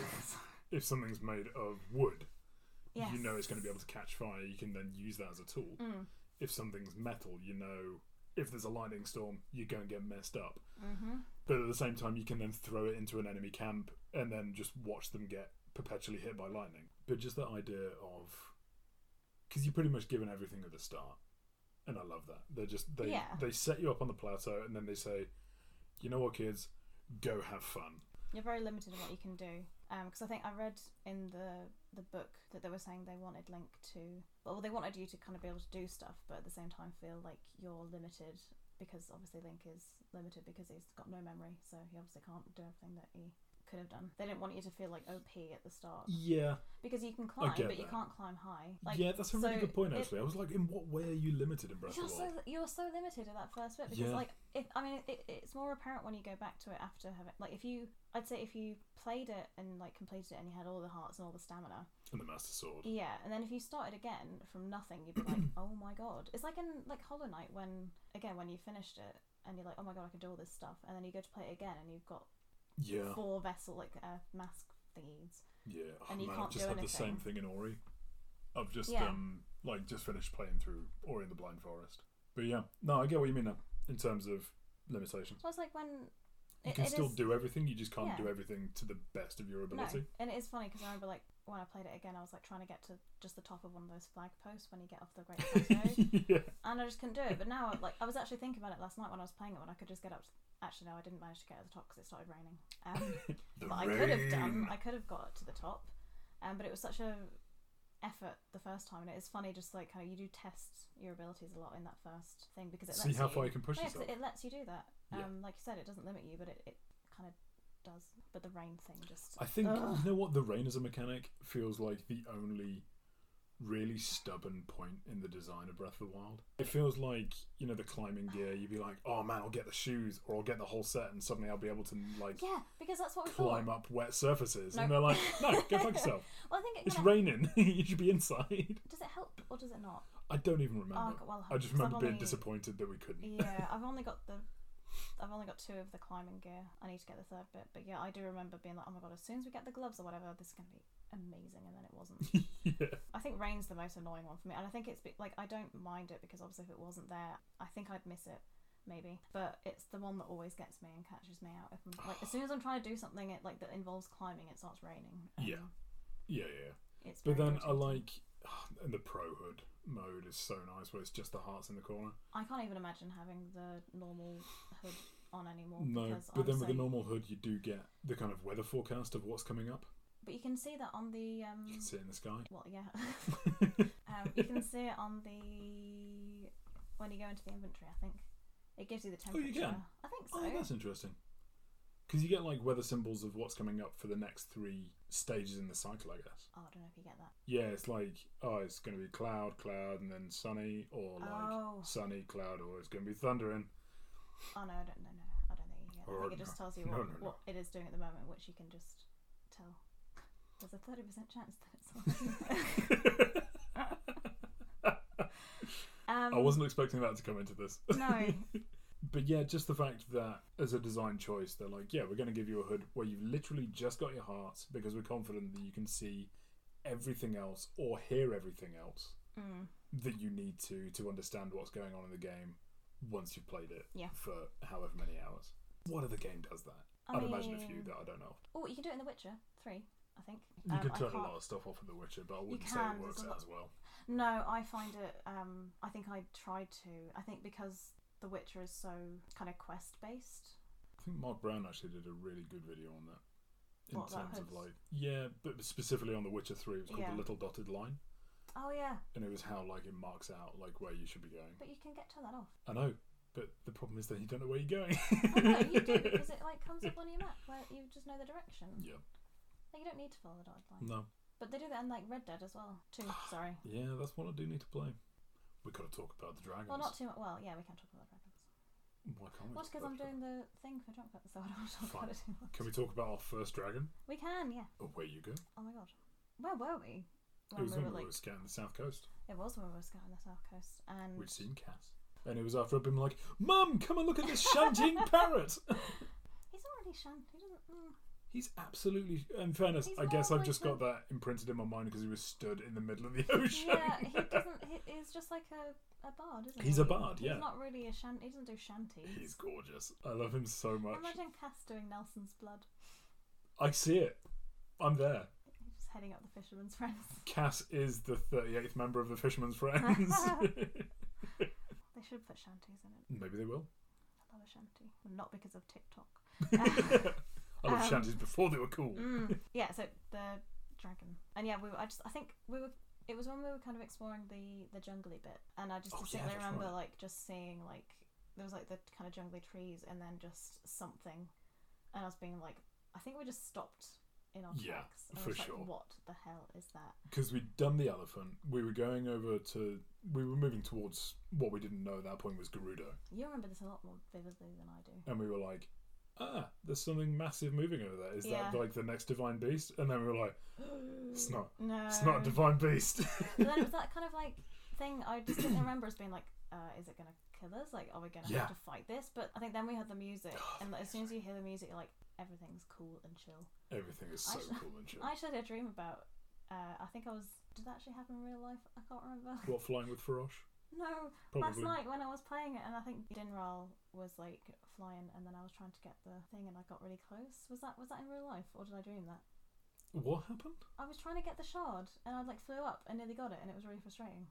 [SPEAKER 2] if something's made of wood,
[SPEAKER 1] yes.
[SPEAKER 2] you know it's going to be able to catch fire. You can then use that as a tool.
[SPEAKER 1] Mm.
[SPEAKER 2] If something's metal, you know if there's a lightning storm, you're going to get messed up.
[SPEAKER 1] Mm-hmm.
[SPEAKER 2] But at the same time, you can then throw it into an enemy camp and then just watch them get perpetually hit by lightning. But just that idea of because you're pretty much given everything at the start, and I love that. They're just they
[SPEAKER 1] Yeah.
[SPEAKER 2] they set you up on the plateau and then they say, you know what, kids, go have fun.
[SPEAKER 1] You're very limited in what you can do. Because I think I read in the the book that they were saying they wanted Link to, well, they wanted you to kind of be able to do stuff, but at the same time feel like you're limited because obviously Link is limited because he's got no memory, so he obviously can't do everything that he could have done. They didn't want you to feel like OP at the start
[SPEAKER 2] Yeah,
[SPEAKER 1] because you can climb,
[SPEAKER 2] get
[SPEAKER 1] but you
[SPEAKER 2] that.
[SPEAKER 1] can't climb high. Like,
[SPEAKER 2] yeah, that's a
[SPEAKER 1] so
[SPEAKER 2] really good point.
[SPEAKER 1] it-
[SPEAKER 2] Actually, I was like, in what way are you limited in Breath
[SPEAKER 1] you're
[SPEAKER 2] of the
[SPEAKER 1] so
[SPEAKER 2] Wild?
[SPEAKER 1] you're so limited at that first bit because
[SPEAKER 2] Yeah.
[SPEAKER 1] like if I mean it, it's more apparent when you go back to it after having like if you I'd say if you played it and like completed it and you had all the hearts and all the stamina
[SPEAKER 2] And the Master Sword.
[SPEAKER 1] yeah and then if you started again from nothing you'd be
[SPEAKER 2] [CLEARS THROAT]
[SPEAKER 1] like oh my god it's like in like Hollow Knight when again when you finished it and you're like oh my god I can do all this stuff and then you go to play it again and you've got
[SPEAKER 2] Yeah,
[SPEAKER 1] four vessel like uh, mask thingies
[SPEAKER 2] yeah. Oh,
[SPEAKER 1] And you
[SPEAKER 2] man,
[SPEAKER 1] can't
[SPEAKER 2] I've just
[SPEAKER 1] do
[SPEAKER 2] had the same
[SPEAKER 1] anything.
[SPEAKER 2] thing in Ori. I've just
[SPEAKER 1] Yeah.
[SPEAKER 2] um like just finished playing through Ori in the Blind Forest. But yeah, no, I get what you mean now in terms of limitations.
[SPEAKER 1] so it's like when
[SPEAKER 2] You
[SPEAKER 1] it-
[SPEAKER 2] can
[SPEAKER 1] it
[SPEAKER 2] still
[SPEAKER 1] is-
[SPEAKER 2] do everything. You just can't
[SPEAKER 1] Yeah.
[SPEAKER 2] do everything to the best of your
[SPEAKER 1] No,
[SPEAKER 2] ability.
[SPEAKER 1] and it is funny because I remember like when I played it again, I was like trying to get to just the top of one of those flag posts when you get off the
[SPEAKER 2] [LAUGHS]
[SPEAKER 1] Great Plateau,
[SPEAKER 2] yeah,
[SPEAKER 1] and I just couldn't do it. But now, like I was actually thinking about it last night when I was playing it, when I could just get up. To, actually, no, I didn't manage to get to the top because it started raining.
[SPEAKER 2] [LAUGHS]
[SPEAKER 1] Um,
[SPEAKER 2] the
[SPEAKER 1] but I could have done. I could have got to the top, um, but it was such a effort the first time, and it is funny just like how you do test your abilities a lot in that first thing because it
[SPEAKER 2] See
[SPEAKER 1] lets
[SPEAKER 2] how
[SPEAKER 1] you,
[SPEAKER 2] far you can push
[SPEAKER 1] yeah, 'cause
[SPEAKER 2] yourself.
[SPEAKER 1] it lets you do that. Um,
[SPEAKER 2] Yeah.
[SPEAKER 1] like you said, it doesn't limit you, but it, it kind of does. But the rain thing just
[SPEAKER 2] I think
[SPEAKER 1] Ugh.
[SPEAKER 2] you know what the rain as a mechanic feels like the only really stubborn point in the design of Breath of the Wild. It feels like you know the climbing gear. You'd be like, oh man, I'll get the shoes or I'll get the whole set, and suddenly I'll be able to like
[SPEAKER 1] Yeah, because that's what we
[SPEAKER 2] climb
[SPEAKER 1] thought.
[SPEAKER 2] up wet surfaces. And
[SPEAKER 1] No.
[SPEAKER 2] they're like, no,
[SPEAKER 1] [LAUGHS]
[SPEAKER 2] go fuck yourself.
[SPEAKER 1] Well, I think it
[SPEAKER 2] It's
[SPEAKER 1] kinda,
[SPEAKER 2] raining. [LAUGHS] you should be inside.
[SPEAKER 1] does it help or does it not?
[SPEAKER 2] I don't even remember.
[SPEAKER 1] Oh, God, well,
[SPEAKER 2] I
[SPEAKER 1] 'cause I've
[SPEAKER 2] just remember being
[SPEAKER 1] only-
[SPEAKER 2] disappointed that we couldn't.
[SPEAKER 1] Yeah, I've only got the. I've only got two of the climbing gear. I need to get the third bit, but yeah, I do remember being like, "Oh my god!" As soon as we get the gloves or whatever, this is gonna be amazing, and then it
[SPEAKER 2] [LAUGHS]
[SPEAKER 1] wasn't.
[SPEAKER 2] [LAUGHS] yeah.
[SPEAKER 1] I think rain's the most annoying one for me, and I think it's be- like I don't mind it because obviously if it wasn't there, I think I'd miss it, maybe. But it's the one that always gets me and catches me out. If I'm, like as soon as I'm trying to do something, it like that involves climbing, it starts raining.
[SPEAKER 2] Yeah.
[SPEAKER 1] Um,
[SPEAKER 2] Yeah, yeah.
[SPEAKER 1] It's
[SPEAKER 2] But
[SPEAKER 1] very
[SPEAKER 2] then I
[SPEAKER 1] irritating.
[SPEAKER 2] like and the pro hood mode is so nice where it's just the hearts in the corner.
[SPEAKER 1] I can't even imagine having the normal hood on anymore.
[SPEAKER 2] No,
[SPEAKER 1] because
[SPEAKER 2] but
[SPEAKER 1] I'm
[SPEAKER 2] then with
[SPEAKER 1] so-
[SPEAKER 2] the normal hood you do get the kind of weather forecast of what's coming up.
[SPEAKER 1] But you can see that on the um.
[SPEAKER 2] You can see it in
[SPEAKER 1] [LAUGHS]
[SPEAKER 2] the sky. Oh,
[SPEAKER 1] Well, yeah. um, you can see it on the when you go into the inventory. I think it gives you the
[SPEAKER 2] Oh,
[SPEAKER 1] temperature.
[SPEAKER 2] you can?
[SPEAKER 1] I think so.
[SPEAKER 2] Oh, that's interesting. Because you get like weather symbols of what's coming up for the next three stages in the cycle, I guess.
[SPEAKER 1] Oh, I don't know if you get that.
[SPEAKER 2] Yeah, it's like oh, it's going to be cloud, cloud, and then sunny, or like
[SPEAKER 1] Oh.
[SPEAKER 2] sunny, cloud, or it's going to
[SPEAKER 1] [LAUGHS]
[SPEAKER 2] be thundering. [LAUGHS]
[SPEAKER 1] Oh no, I don't. No, no, I don't think you get that. I
[SPEAKER 2] Oh,
[SPEAKER 1] think it just
[SPEAKER 2] no.
[SPEAKER 1] tells you
[SPEAKER 2] [LAUGHS] No,
[SPEAKER 1] what,
[SPEAKER 2] no, no.
[SPEAKER 1] what it is doing at the moment, which you can just tell. There's a thirty percent chance
[SPEAKER 2] [LAUGHS]
[SPEAKER 1] that it's. um,
[SPEAKER 2] I wasn't expecting that to come into this.
[SPEAKER 1] No.
[SPEAKER 2] [LAUGHS] But yeah, just the fact that as a design choice, they're like, yeah, we're going to give you a hood where you've literally just got your hearts because we're confident that you can see everything else or hear everything else
[SPEAKER 1] Mm.
[SPEAKER 2] that you need to to understand what's going on in the game once you've played it
[SPEAKER 1] Yeah.
[SPEAKER 2] for however many hours. What other game does that?
[SPEAKER 1] I
[SPEAKER 2] would imagine a few
[SPEAKER 1] mean-
[SPEAKER 2] that I don't know.
[SPEAKER 1] Oh, you can do it in The Witcher Three, I think. Um,
[SPEAKER 2] You could
[SPEAKER 1] I
[SPEAKER 2] turn a
[SPEAKER 1] can't-
[SPEAKER 2] lot of stuff off in The Witcher, but I wouldn't say
[SPEAKER 1] can,
[SPEAKER 2] it works
[SPEAKER 1] there's a
[SPEAKER 2] out
[SPEAKER 1] lot-
[SPEAKER 2] as well.
[SPEAKER 1] No, I find it. Um, I think I tried to. I think because The Witcher is so kind of quest based.
[SPEAKER 2] I think Mark Brown actually did a really good video on that. In
[SPEAKER 1] What, about
[SPEAKER 2] terms of
[SPEAKER 1] hoods?
[SPEAKER 2] like, yeah, but specifically on The Witcher 3, it was called
[SPEAKER 1] Yeah.
[SPEAKER 2] The Little Dotted Line.
[SPEAKER 1] Oh yeah,
[SPEAKER 2] and it was how like it marks out like where you should be going.
[SPEAKER 1] but you can get turn that
[SPEAKER 2] [LAUGHS]
[SPEAKER 1] off.
[SPEAKER 2] I know, but the problem is that you don't know where you're going. [LAUGHS]
[SPEAKER 1] Oh, no, you do because it like comes up on your map where you just know the direction.
[SPEAKER 2] yeah,
[SPEAKER 1] Like you don't need to follow the dotted line.
[SPEAKER 2] no,
[SPEAKER 1] But they do that in like Red Dead as well.
[SPEAKER 2] [GASPS]
[SPEAKER 1] Too sorry.
[SPEAKER 2] yeah, that's what I do need to play. We gotta talk about the dragons.
[SPEAKER 1] Well, not too much. Well, yeah, we can talk about dragons.
[SPEAKER 2] Why can't we?
[SPEAKER 1] Well,
[SPEAKER 2] talk
[SPEAKER 1] because I'm
[SPEAKER 2] about the
[SPEAKER 1] doing
[SPEAKER 2] dragon?
[SPEAKER 1] the thing for drunk so I don't want to talk about it too much.
[SPEAKER 2] Can we talk about our first dragon?
[SPEAKER 1] We can, yeah.
[SPEAKER 2] Oh, where you go?
[SPEAKER 1] Oh my god, where were we?
[SPEAKER 2] it
[SPEAKER 1] When we
[SPEAKER 2] was when
[SPEAKER 1] were
[SPEAKER 2] we
[SPEAKER 1] like,
[SPEAKER 2] were scanning the south coast.
[SPEAKER 1] it was when we were scouting the south coast, and
[SPEAKER 2] We'd seen Cass, and it was after I'd been
[SPEAKER 1] [LAUGHS]
[SPEAKER 2] like, "Mum, come and look at this shanting parrot."
[SPEAKER 1] He's already shan. He doesn't. Mm.
[SPEAKER 2] He's absolutely. In fairness,
[SPEAKER 1] He's
[SPEAKER 2] I guess
[SPEAKER 1] not
[SPEAKER 2] I've just
[SPEAKER 1] like
[SPEAKER 2] got that imprinted in my mind because he was stood in the middle of the [LAUGHS] ocean.
[SPEAKER 1] Yeah, he doesn't. He, he's just like a, a bard, isn't he?
[SPEAKER 2] He's a bard, yeah.
[SPEAKER 1] He's not really a shan. He doesn't do shanties.
[SPEAKER 2] He's gorgeous. I love him so much.
[SPEAKER 1] Imagine Cass doing Nelson's blood.
[SPEAKER 2] I see it. I'm there.
[SPEAKER 1] He's just heading up the fisherman's friends. [LAUGHS]
[SPEAKER 2] Cass is the 38th member of the Fisherman's Friends. [LAUGHS]
[SPEAKER 1] They should put shanties in it.
[SPEAKER 2] Maybe they
[SPEAKER 1] [LAUGHS]
[SPEAKER 2] will.
[SPEAKER 1] I love a shanty, not because of TikTok.
[SPEAKER 2] I love
[SPEAKER 1] Um,
[SPEAKER 2] shanties before they were cool. [LAUGHS]
[SPEAKER 1] Mm. Yeah, so the dragon, and yeah, we were, I just I think we were. It was when we were kind of exploring the the jungly bit, and I just
[SPEAKER 2] Oh,
[SPEAKER 1] distinctly
[SPEAKER 2] yeah, that's
[SPEAKER 1] remember
[SPEAKER 2] right.
[SPEAKER 1] like just seeing like there was like the kind of jungly trees, and then just something, and I was being like, I think we just stopped in our
[SPEAKER 2] Yeah,
[SPEAKER 1] tracks. and I
[SPEAKER 2] for
[SPEAKER 1] was like,
[SPEAKER 2] sure.
[SPEAKER 1] What the hell is that?
[SPEAKER 2] because we'd done the elephant. We were going over to. We were moving towards what we didn't know at that point was Gerudo,
[SPEAKER 1] You remember this a lot more vividly than I do.
[SPEAKER 2] and we were like, "Ah, there's something massive moving over there. Is
[SPEAKER 1] Yeah.
[SPEAKER 2] that like the next divine beast?" And then we were like, [GASPS] "It's not.
[SPEAKER 1] [GASPS] No,
[SPEAKER 2] It's not a divine beast."
[SPEAKER 1] [LAUGHS]
[SPEAKER 2] [LAUGHS]
[SPEAKER 1] But then it was that kind of like thing I just didn't remember as being like, uh, is it gonna kill us? Like, are we gonna
[SPEAKER 2] Yeah.
[SPEAKER 1] have to fight this? But I think then we had the
[SPEAKER 2] [GASPS]
[SPEAKER 1] music,
[SPEAKER 2] Oh, the
[SPEAKER 1] and as soon as you hear the music, you're like, everything's cool and chill.
[SPEAKER 2] Everything is so
[SPEAKER 1] Actually-
[SPEAKER 2] cool and shit.
[SPEAKER 1] I actually had a dream about. Uh, I think I was. Did that actually happen in real life? I can't remember.
[SPEAKER 2] What flying with Farosh?
[SPEAKER 1] [LAUGHS] No, last
[SPEAKER 2] Probably.
[SPEAKER 1] night when I was playing it, and I think Dinral was like flying, and then I was trying to get the thing, and I got really close. Was that was that in real life, or did I dream that?
[SPEAKER 2] What happened?
[SPEAKER 1] I was trying to get the shard, and I like flew up and nearly got it, and it was really frustrating.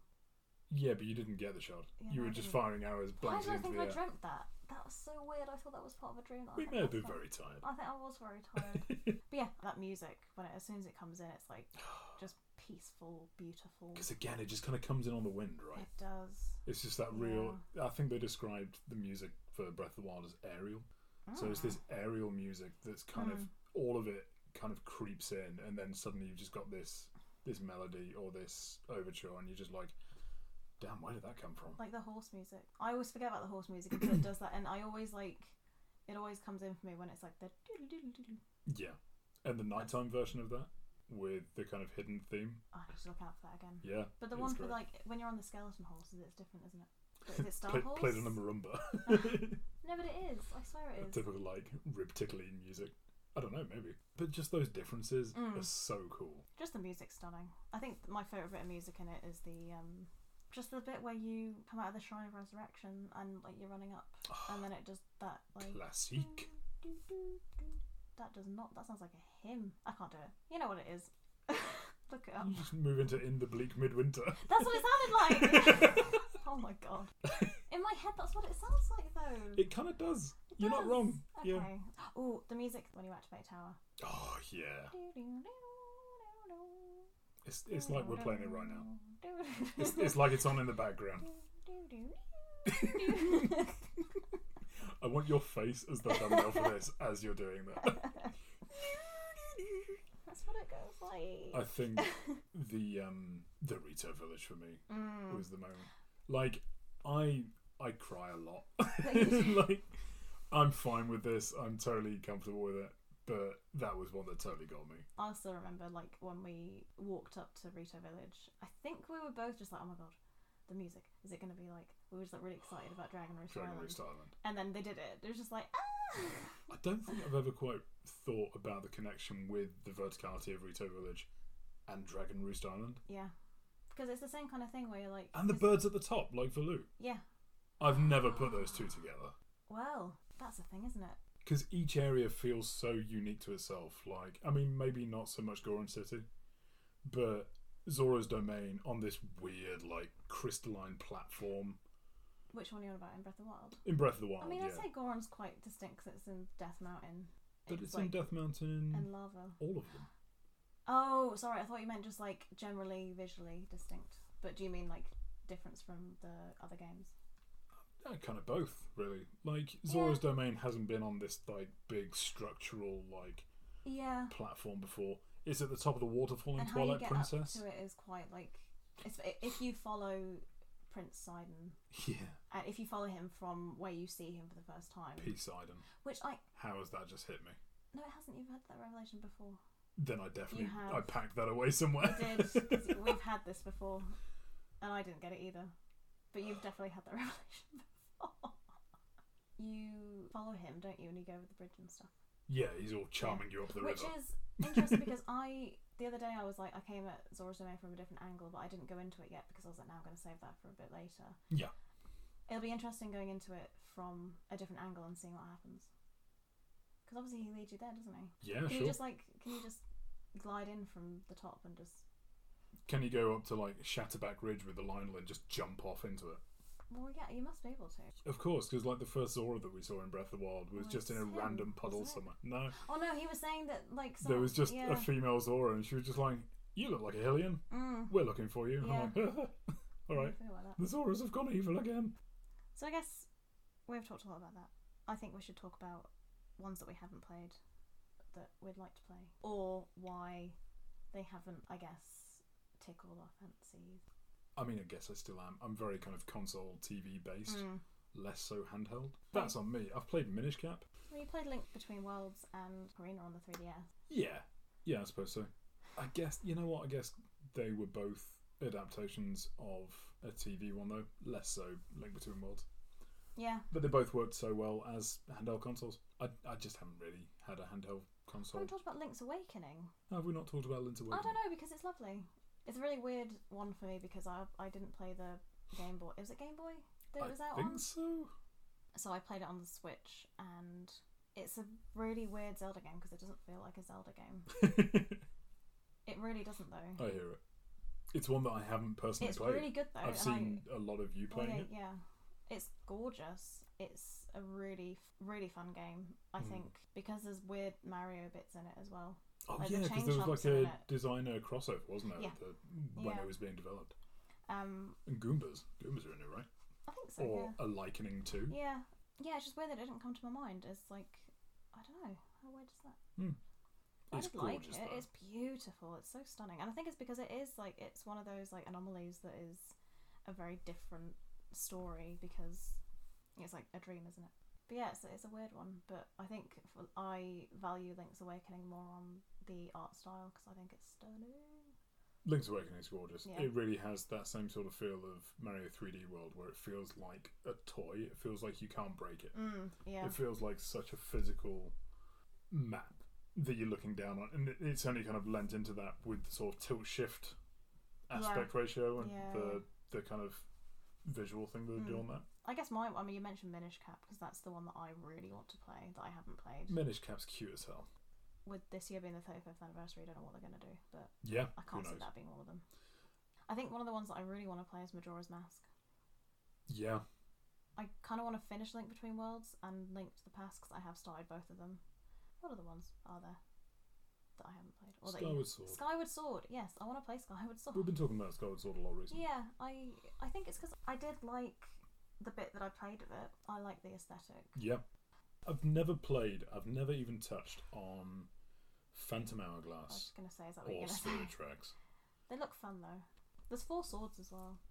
[SPEAKER 2] Yeah, but you didn't get the shot.
[SPEAKER 1] Yeah,
[SPEAKER 2] you
[SPEAKER 1] no,
[SPEAKER 2] were
[SPEAKER 1] I
[SPEAKER 2] just
[SPEAKER 1] didn't.
[SPEAKER 2] firing arrows
[SPEAKER 1] Why
[SPEAKER 2] blankly
[SPEAKER 1] did I
[SPEAKER 2] into
[SPEAKER 1] think
[SPEAKER 2] the
[SPEAKER 1] I
[SPEAKER 2] air.
[SPEAKER 1] dreamt that? That was so weird. I thought that was part of a dream. That I
[SPEAKER 2] We
[SPEAKER 1] had
[SPEAKER 2] may have
[SPEAKER 1] last
[SPEAKER 2] been
[SPEAKER 1] night.
[SPEAKER 2] very tired.
[SPEAKER 1] [LAUGHS] I think I was very
[SPEAKER 2] [LAUGHS]
[SPEAKER 1] tired. but yeah, that music when it, as soon as it comes in, it's like just peaceful, beautiful.
[SPEAKER 2] Because again, it just kind of comes in on the wind, right?
[SPEAKER 1] It does.
[SPEAKER 2] It's just that real. I think they described the music for Breath of the Wild as aerial. So it's
[SPEAKER 1] Mm.
[SPEAKER 2] this aerial music that's kind
[SPEAKER 1] Hmm.
[SPEAKER 2] of all of it kind of creeps in, and then suddenly you've just got this this melody or this overture, and you're just like, "Damn, where did that come from?"
[SPEAKER 1] like the horse music. I always forget about the horse music until it does that, and I always like it. Always comes in for me when it's like the. doodle-doodle-doodle.
[SPEAKER 2] Yeah, and the nighttime version of that with the kind of hidden theme.
[SPEAKER 1] Ah, I need to look out for that again.
[SPEAKER 2] Yeah,
[SPEAKER 1] But the
[SPEAKER 2] it's
[SPEAKER 1] one for
[SPEAKER 2] great.
[SPEAKER 1] like when you're on the skeleton horses, it's different, isn't it? But is it Star
[SPEAKER 2] [LAUGHS] Play,
[SPEAKER 1] Horse?
[SPEAKER 2] played on a marimba,
[SPEAKER 1] [LAUGHS] No, but it is. I swear
[SPEAKER 2] [LAUGHS] a
[SPEAKER 1] it is.
[SPEAKER 2] typical like rib tickling music. I don't know, maybe, but just those differences
[SPEAKER 1] Mm.
[SPEAKER 2] are so cool.
[SPEAKER 1] Just the music's stunning. I think my favourite bit of music in it is the um, just the bit where you come out of the Shrine of Resurrection and like you're running
[SPEAKER 2] [SIGHS]
[SPEAKER 1] up, and then it does that like
[SPEAKER 2] Classique.
[SPEAKER 1] that does not that sounds like a hymn. I can't do it. You know what it is. [LAUGHS] Look
[SPEAKER 2] [LAUGHS]
[SPEAKER 1] it up.
[SPEAKER 2] You just move into in the bleak midwinter.
[SPEAKER 1] [LAUGHS] That's what it sounded like. [LAUGHS] oh my god. In my head, that's what it sounds like though.
[SPEAKER 2] It kind of does.
[SPEAKER 1] It
[SPEAKER 2] You're not
[SPEAKER 1] does.
[SPEAKER 2] wrong.
[SPEAKER 1] Okay.
[SPEAKER 2] Yeah.
[SPEAKER 1] Oh, the music when you activate tower.
[SPEAKER 2] Oh yeah. It's it's like we're playing it right now.
[SPEAKER 1] [LAUGHS]
[SPEAKER 2] It's, it's like it's on in the background. I want your face as the thumbnail for
[SPEAKER 1] [LAUGHS]
[SPEAKER 2] this as you're doing that.
[SPEAKER 1] That's what it goes like. [LAUGHS]
[SPEAKER 2] I think the um the Rito village for me
[SPEAKER 1] Mm.
[SPEAKER 2] was the moment. Like I I cry a lot. [LAUGHS] like I'm fine with this. I'm totally comfortable with it. But that was one that totally got me.
[SPEAKER 1] I also remember like when we walked up to Rito Village. I think we were both just like, oh my god, the music is it going to be like? We were just like really excited about Dragon Roost
[SPEAKER 2] Dragon
[SPEAKER 1] Island,
[SPEAKER 2] Roost Island.
[SPEAKER 1] and then they did it. It was just like ah.
[SPEAKER 2] I don't think I've ever quite thought about the connection with the verticality of Rito Village and Dragon Roost Island.
[SPEAKER 1] Yeah, because it's the same kind of thing where you're like
[SPEAKER 2] And the
[SPEAKER 1] it's-
[SPEAKER 2] birds at the top, like Valoo.
[SPEAKER 1] Yeah,
[SPEAKER 2] I've never put those two together
[SPEAKER 1] well, that's the thing, isn't it?
[SPEAKER 2] because each area feels so unique to itself. Like, I mean, maybe not so much Goron City, but Zora's Domain on this weird, like, crystalline platform
[SPEAKER 1] Which one are you on about in Breath of the Wild?
[SPEAKER 2] in Breath of the Wild.
[SPEAKER 1] I mean,
[SPEAKER 2] yeah,
[SPEAKER 1] I'd say Goron's quite distinct 'cause it's in Death Mountain.
[SPEAKER 2] but it's in
[SPEAKER 1] like-
[SPEAKER 2] Death Mountain.
[SPEAKER 1] and lava.
[SPEAKER 2] All of them.
[SPEAKER 1] Oh, sorry, I thought you meant just like generally visually distinct. But do you mean like difference from the other games?
[SPEAKER 2] Yeah, kind of both, really. Like, Zora's Domain hasn't been on this, like, big structural, like,
[SPEAKER 1] Yeah.
[SPEAKER 2] platform before. It's at the top of the waterfall in
[SPEAKER 1] and how you
[SPEAKER 2] Twilight
[SPEAKER 1] get
[SPEAKER 2] Princess.
[SPEAKER 1] up to it is quite like if, if you follow Prince Sidon,
[SPEAKER 2] [LAUGHS] Yeah.
[SPEAKER 1] uh, if you follow him from where you see him for the first time,
[SPEAKER 2] Peace Iden.
[SPEAKER 1] which I
[SPEAKER 2] How has that just hit me?
[SPEAKER 1] no, it hasn't. You've had that revelation
[SPEAKER 2] [LAUGHS]
[SPEAKER 1] before.
[SPEAKER 2] Then I definitely
[SPEAKER 1] have.
[SPEAKER 2] I packed that away somewhere.
[SPEAKER 1] I
[SPEAKER 2] [LAUGHS]
[SPEAKER 1] did. 'cause we've had this before, and I didn't get it either. But you've definitely had that [LAUGHS] revelation before. you follow him, don't you? And you go over the bridge and stuff.
[SPEAKER 2] Yeah, he's all charming you up the
[SPEAKER 1] Which
[SPEAKER 2] river.
[SPEAKER 1] is interesting because I the other day I was like I came at Zora's Domain from a different angle, but I didn't go into it yet because I was like, now I'm going to save that for a bit later.
[SPEAKER 2] Yeah.
[SPEAKER 1] It'll be interesting going into it from a different angle and seeing what happens. Because obviously he leads you there, doesn't he?
[SPEAKER 2] Yeah,
[SPEAKER 1] Can
[SPEAKER 2] sure.
[SPEAKER 1] you just like can you just glide in from the top and just
[SPEAKER 2] Can you go up to like Shatterback Ridge with the Lionel and just jump off into it?
[SPEAKER 1] well yeah you must be able to.
[SPEAKER 2] Of course, because like the first Zora that we saw in Breath of the Wild was
[SPEAKER 1] Oh,
[SPEAKER 2] just in a
[SPEAKER 1] it's him,
[SPEAKER 2] random puddle
[SPEAKER 1] wasn't
[SPEAKER 2] somewhere. No,
[SPEAKER 1] Oh no, he was saying that like some,
[SPEAKER 2] there was just
[SPEAKER 1] yeah.
[SPEAKER 2] a female Zora, and she was just like, "You look like a Hillian.
[SPEAKER 1] Mm.
[SPEAKER 2] We're looking for you."
[SPEAKER 1] Yeah.
[SPEAKER 2] I'm like, [LAUGHS] "All right,
[SPEAKER 1] I forgot about that.
[SPEAKER 2] the Zoras have gone evil again."
[SPEAKER 1] So I guess we've talked a lot about that. I think we should talk about ones that we haven't played that we'd like to play, or why they haven't. I guess tickled our fancies.
[SPEAKER 2] I mean, I guess I still am. I'm very kind of console TV based,
[SPEAKER 1] Mm. Hmm.
[SPEAKER 2] less so handheld. That's on me. I've played Minish Cap.
[SPEAKER 1] Well, you played Link Between Worlds and Arena on the 3DS.
[SPEAKER 2] Yeah, yeah, I suppose so. I guess you know what? I guess they were both adaptations of a TV one though, less so Link Between Worlds.
[SPEAKER 1] Yeah,
[SPEAKER 2] But they both worked so well as handheld consoles. I, I just haven't really had a handheld
[SPEAKER 1] I
[SPEAKER 2] console.
[SPEAKER 1] haven't talked about Link's Awakening.
[SPEAKER 2] Have we not talked about Link's
[SPEAKER 1] I
[SPEAKER 2] Awakening?
[SPEAKER 1] don't know because it's lovely. It's a really weird one for me because I I didn't play the Game Boy. Was it Game Boy that it was out
[SPEAKER 2] think
[SPEAKER 1] on?
[SPEAKER 2] so. [LAUGHS]
[SPEAKER 1] So I played it on the Switch, and it's a really weird Zelda game because it doesn't feel like a Zelda game. It really doesn't though.
[SPEAKER 2] I hear it. It's one that I haven't personally
[SPEAKER 1] it's
[SPEAKER 2] played.
[SPEAKER 1] really good though.
[SPEAKER 2] I've
[SPEAKER 1] and
[SPEAKER 2] seen a lot of you
[SPEAKER 1] I, well,
[SPEAKER 2] playing
[SPEAKER 1] yeah,
[SPEAKER 2] it.
[SPEAKER 1] yeah. it's gorgeous. It's a really, really fun game. I
[SPEAKER 2] Mm.
[SPEAKER 1] think because there's weird Mario bits in it as well.
[SPEAKER 2] Oh
[SPEAKER 1] like the
[SPEAKER 2] yeah, because
[SPEAKER 1] chain
[SPEAKER 2] there was
[SPEAKER 1] chomps
[SPEAKER 2] like
[SPEAKER 1] in
[SPEAKER 2] a
[SPEAKER 1] it.
[SPEAKER 2] designer crossover, wasn't there?
[SPEAKER 1] Yeah.
[SPEAKER 2] at The, when
[SPEAKER 1] Yeah.
[SPEAKER 2] it was being developed,
[SPEAKER 1] Um,
[SPEAKER 2] and Goombas, Goombas are in it, right?
[SPEAKER 1] I think so.
[SPEAKER 2] or a likening to.
[SPEAKER 1] yeah. yeah, yeah. It's just weird that it didn't come to my mind. It's like I don't know how weird is that. I
[SPEAKER 2] It's
[SPEAKER 1] did like
[SPEAKER 2] Hmm. gorgeous.
[SPEAKER 1] it.
[SPEAKER 2] though.
[SPEAKER 1] It's beautiful. It's so stunning, and I think it's because it is like it's one of those like anomalies that is a very different story because it's like a dream, isn't it? But yeah, it's, it's a weird one. But I think for, I value Link's Awakening more on the art style because I think it's stunning.
[SPEAKER 2] Link's Awakening is gorgeous.
[SPEAKER 1] Yeah.
[SPEAKER 2] It really has that same sort of feel of Mario 3D World, where it feels like a toy. It feels like you can't break it.
[SPEAKER 1] Mm, yeah,
[SPEAKER 2] It feels like such a physical map that you're looking down on, and it- it's only kind of lent into that with the sort of tilt shift aspect ratio and
[SPEAKER 1] Yeah, yeah.
[SPEAKER 2] the the kind of visual thing that they do
[SPEAKER 1] Mm.
[SPEAKER 2] on that.
[SPEAKER 1] I guess my. I mean, you mentioned Minish Cap because that's the one that I really want to play that I haven't played.
[SPEAKER 2] Minish Cap's cute as hell.
[SPEAKER 1] With this year being the 35th anniversary, I don't know what they're going to do, but
[SPEAKER 2] Yeah,
[SPEAKER 1] I
[SPEAKER 2] who
[SPEAKER 1] can't see
[SPEAKER 2] knows?
[SPEAKER 1] that being one of them. I think one of the ones that I really want to play is Majora's Mask.
[SPEAKER 2] Yeah,
[SPEAKER 1] I kind of want to finish Link Between Worlds and Link to the Past because I have started both of them. What other ones are there that I haven't played? Or that you-
[SPEAKER 2] Skyward Sword.
[SPEAKER 1] Skyward Sword. Yes, I want to play Skyward
[SPEAKER 2] We've
[SPEAKER 1] Sword.
[SPEAKER 2] been talking about Skyward Sword a lot recently.
[SPEAKER 1] [LAUGHS] Yeah, I I think it's because I did like the bit that I played of it. I like the aesthetic.
[SPEAKER 2] Yeah. I've never played, I've never even touched on Phantom
[SPEAKER 1] I was
[SPEAKER 2] Hourglass
[SPEAKER 1] just gonna say, is that what you're [LAUGHS]
[SPEAKER 2] or
[SPEAKER 1] gonna
[SPEAKER 2] Spirit
[SPEAKER 1] say?
[SPEAKER 2] Tracks.
[SPEAKER 1] They look fun though. There's four swords as well.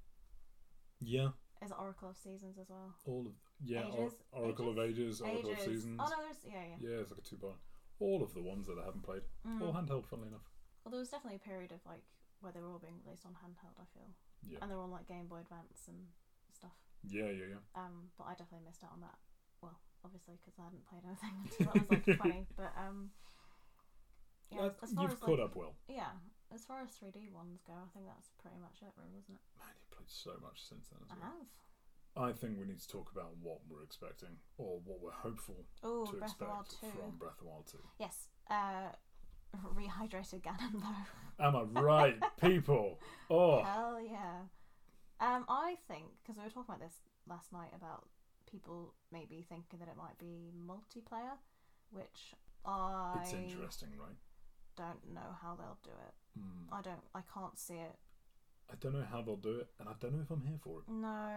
[SPEAKER 2] Yeah,
[SPEAKER 1] Is Oracle of Seasons as well?
[SPEAKER 2] all of yeah, Or-
[SPEAKER 1] Ages?
[SPEAKER 2] Oracle of Ages, Oracle
[SPEAKER 1] Ages.
[SPEAKER 2] of Seasons.
[SPEAKER 1] Oh no, there's yeah, yeah.
[SPEAKER 2] Yeah, it's like a two part. All of the ones that I haven't played,
[SPEAKER 1] Mm.
[SPEAKER 2] all handheld, funnily enough.
[SPEAKER 1] Well, there was definitely a period of like where they were all being released on handheld. I feel,
[SPEAKER 2] Yeah,
[SPEAKER 1] and they're on like Game Boy Advance and stuff.
[SPEAKER 2] yeah, yeah, yeah.
[SPEAKER 1] Um, but I definitely missed out on that. Well, obviously because I hadn't played anything [LAUGHS] until I was like
[SPEAKER 2] [LAUGHS]
[SPEAKER 1] twenty. But um, yeah,
[SPEAKER 2] That's-
[SPEAKER 1] as far
[SPEAKER 2] you've
[SPEAKER 1] as
[SPEAKER 2] caught
[SPEAKER 1] like,
[SPEAKER 2] up well.
[SPEAKER 1] yeah, as far as three D ones go, I think that's pretty much it, really, wasn't it?
[SPEAKER 2] Man, you've played so much since then. As
[SPEAKER 1] I
[SPEAKER 2] well.
[SPEAKER 1] have. Uh-huh.
[SPEAKER 2] I think we need to talk about what we're expecting or what we're hopeful
[SPEAKER 1] Oh,
[SPEAKER 2] to
[SPEAKER 1] Breath of the
[SPEAKER 2] expect
[SPEAKER 1] Wild two.
[SPEAKER 2] from Breath of the Wild 2.
[SPEAKER 1] Yes. Uh, [LAUGHS] rehydrated Ganon though.
[SPEAKER 2] Am I right,
[SPEAKER 1] [LAUGHS]
[SPEAKER 2] people? Oh,
[SPEAKER 1] Hell yeah. Um, I think because we were talking about this last night about people maybe thinking that it might be multiplayer, which I
[SPEAKER 2] it's interesting, right?
[SPEAKER 1] don't know how they'll do it.
[SPEAKER 2] Mm.
[SPEAKER 1] I don't. I can't see it.
[SPEAKER 2] I don't know how they'll do it, and I don't know if I'm here for it.
[SPEAKER 1] No.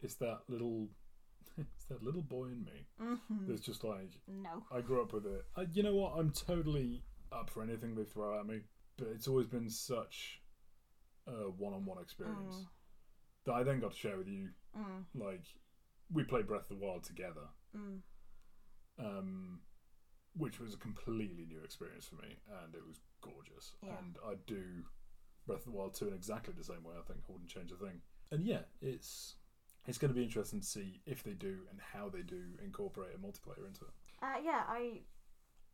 [SPEAKER 2] It's that little, [LAUGHS] it's that little boy in me
[SPEAKER 1] Mhm.
[SPEAKER 2] that's just like
[SPEAKER 1] No.
[SPEAKER 2] I grew up with it. I, you know what? I'm totally up for anything they throw at me, but it's always been such a one-on-one experience
[SPEAKER 1] Mm.
[SPEAKER 2] that I then got to share with you.
[SPEAKER 1] Mm.
[SPEAKER 2] Like we played Breath of the Wild together,
[SPEAKER 1] Mm.
[SPEAKER 2] um, which was a completely new experience for me, and it was gorgeous.
[SPEAKER 1] Yeah.
[SPEAKER 2] And I do Breath of the Wild 2 in exactly the same way. I think I wouldn't change a thing. And yeah, it's it's going to be interesting to see if they do and how they do incorporate a multiplayer into it.
[SPEAKER 1] Uh, yeah. I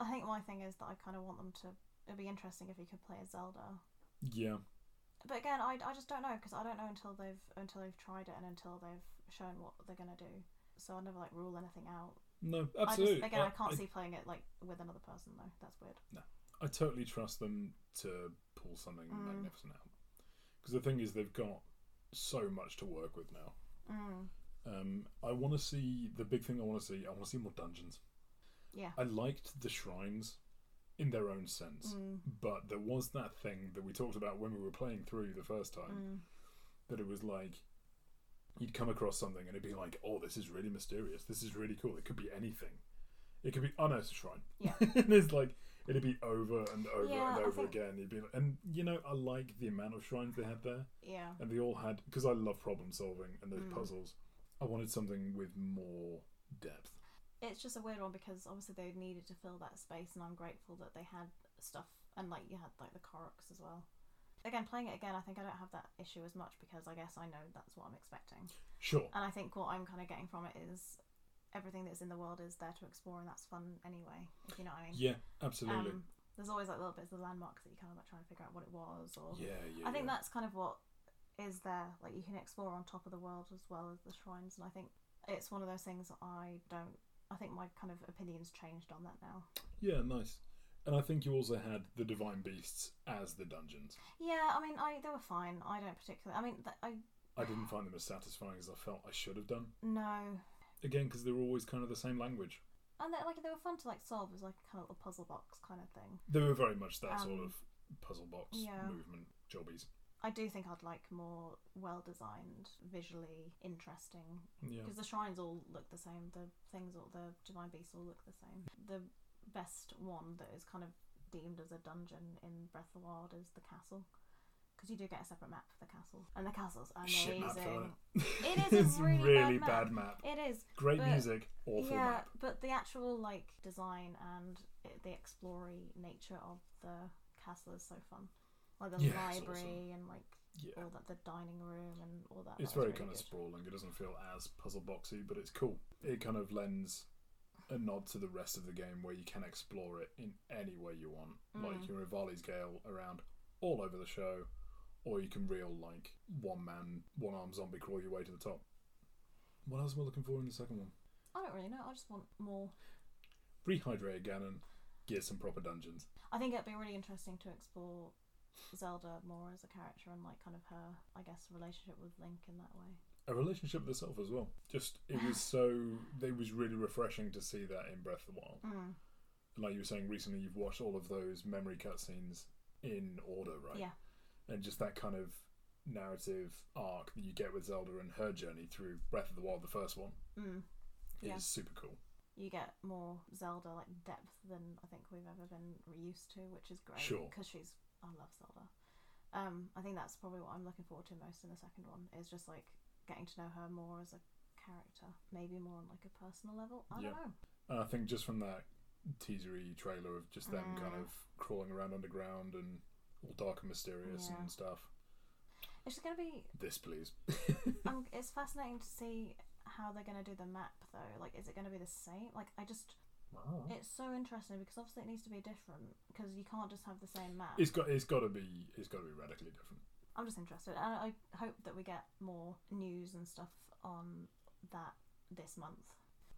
[SPEAKER 1] I think my thing is that I kind of want them to. It'd be interesting if you could play as Zelda,
[SPEAKER 2] Yeah.
[SPEAKER 1] but again, I, I just don't know because I don't know until they've until they've tried it and until they've shown what they're gonna do. So I never like rule anything out.
[SPEAKER 2] No,
[SPEAKER 1] I
[SPEAKER 2] absolutely.
[SPEAKER 1] just, again, I, can't see playing it like with another person though. That's weird.
[SPEAKER 2] I totally trust them to pull something
[SPEAKER 1] Mm.
[SPEAKER 2] magnificent out. Because the thing is, they've got so much to work with now.
[SPEAKER 1] Mm.
[SPEAKER 2] Um, I want to see the big thing. I want to see. I want to see more dungeons.
[SPEAKER 1] Yeah.
[SPEAKER 2] I liked the shrines in their own sense,
[SPEAKER 1] Mm.
[SPEAKER 2] but there was that thing that we talked about when we were playing through the first time.
[SPEAKER 1] Mm.
[SPEAKER 2] That it was like you'd come across something and it'd be like, "Oh, this is really mysterious. This is really cool. It could be anything. It could be oh, unearthed shrine."
[SPEAKER 1] Yeah.
[SPEAKER 2] [LAUGHS] and it's like it'd be over and over
[SPEAKER 1] Yeah, I
[SPEAKER 2] and over
[SPEAKER 1] think-
[SPEAKER 2] again. You'd be like, and you know, I like the amount of shrines they had there,
[SPEAKER 1] Yeah.
[SPEAKER 2] and they all had because I love problem solving and those
[SPEAKER 1] Mm.
[SPEAKER 2] puzzles. I wanted something with more depth.
[SPEAKER 1] It's just a weird one because obviously they needed to fill that space, and I'm grateful that they had stuff and like you had like the Koroks as well. Again, playing it again, I think I don't have that issue as much because I guess I know that's what I'm expecting.
[SPEAKER 2] Sure.
[SPEAKER 1] And I think what I'm kind of getting from it is everything that's in the world is there to explore, and that's fun anyway. If you know what I mean.
[SPEAKER 2] Yeah, absolutely.
[SPEAKER 1] Um, there's always like little bits of landmarks that you kind of like trying to figure out what it was, or
[SPEAKER 2] yeah, yeah.
[SPEAKER 1] I think
[SPEAKER 2] yeah.
[SPEAKER 1] that's kind of what is there. Like you can explore on top of the world as well as the shrines, and I think it's one of those things I don't. I think my kind of opinions changed on that now.
[SPEAKER 2] Yeah, nice. And I think you also had the divine beasts as the dungeons.
[SPEAKER 1] Yeah, I mean, I they were fine. I don't particularly. I mean, th- I
[SPEAKER 2] I didn't find them as satisfying as I felt I should have done.
[SPEAKER 1] no,
[SPEAKER 2] Again, because they were always kind of the same language.
[SPEAKER 1] and they, like they were fun to like solve. It was like a kind of little puzzle box kind of thing.
[SPEAKER 2] They were very much that
[SPEAKER 1] Um,
[SPEAKER 2] sort of puzzle box
[SPEAKER 1] yeah.
[SPEAKER 2] movement jobbies.
[SPEAKER 1] I do think I'd like more well designed, visually interesting
[SPEAKER 2] Yeah.
[SPEAKER 1] because the shrines all look the same. The things, all the divine beasts, all look the same. The best one that is kind of deemed as a dungeon in Breath of the Wild is the castle, because you do get a separate map for the castle, and the castle's
[SPEAKER 2] Shit
[SPEAKER 1] amazing.
[SPEAKER 2] map for
[SPEAKER 1] It is a
[SPEAKER 2] [LAUGHS] it's
[SPEAKER 1] really bad
[SPEAKER 2] really
[SPEAKER 1] map.
[SPEAKER 2] bad map.
[SPEAKER 1] It is,
[SPEAKER 2] Great
[SPEAKER 1] But-
[SPEAKER 2] music, awful
[SPEAKER 1] yeah,
[SPEAKER 2] map.
[SPEAKER 1] but the actual like design and i the explory nature of the castle is so fun. Like the
[SPEAKER 2] Yeah, it's
[SPEAKER 1] library
[SPEAKER 2] awesome.
[SPEAKER 1] and like
[SPEAKER 2] Yeah.
[SPEAKER 1] all that, the dining room and all that.
[SPEAKER 2] It's
[SPEAKER 1] That was
[SPEAKER 2] very
[SPEAKER 1] really
[SPEAKER 2] kind of
[SPEAKER 1] good.
[SPEAKER 2] sprawling. It doesn't feel as puzzle boxy, but it's cool. It kind of lends a nod to the rest of the game where you can explore it in any way you want. Like
[SPEAKER 1] Mm.
[SPEAKER 2] you're a Varley's Gale around all over the show, or you can reel like one man, one arm zombie crawl your way to the top. What else am I looking for in the second one?
[SPEAKER 1] I don't really know. I just want more.
[SPEAKER 2] Rehydrate Ganon, get some proper dungeons.
[SPEAKER 1] I think it'd be really interesting to explore Zelda more as a character and like kind of her, I guess, relationship with Link in that way.
[SPEAKER 2] A relationship with itself as well. Just it was so it was really refreshing to see that in Breath of the Wild.
[SPEAKER 1] Mm.
[SPEAKER 2] like you were saying recently, you've watched all of those memory cutscenes in order, right?
[SPEAKER 1] Yeah.
[SPEAKER 2] And just that kind of narrative arc that you get with Zelda and her journey through Breath of the Wild, the first one,
[SPEAKER 1] Mm. Yeah.
[SPEAKER 2] is super cool.
[SPEAKER 1] You get more Zelda like depth than I think we've ever been used to, which is great.
[SPEAKER 2] Sure.
[SPEAKER 1] Because she's, I love Zelda. Um, I think that's probably what I'm looking forward to most in the second one is just like getting to know her more as a character, maybe more on like a personal level. I
[SPEAKER 2] Yeah.
[SPEAKER 1] don't know.
[SPEAKER 2] And I think just from that teasery trailer of just them
[SPEAKER 1] Mm.
[SPEAKER 2] kind of crawling around underground and all dark and mysterious
[SPEAKER 1] Yeah.
[SPEAKER 2] and stuff.
[SPEAKER 1] It's just gonna be
[SPEAKER 2] This, please.
[SPEAKER 1] um, it's fascinating to see how they're going to do the map though like is it going to be the same like i just it's so interesting because obviously it needs to be different because you can't just have the same map
[SPEAKER 2] It's got. It's got to be. It's got to be radically different.
[SPEAKER 1] i'm just interested and i I hope that we get more news and stuff on that this month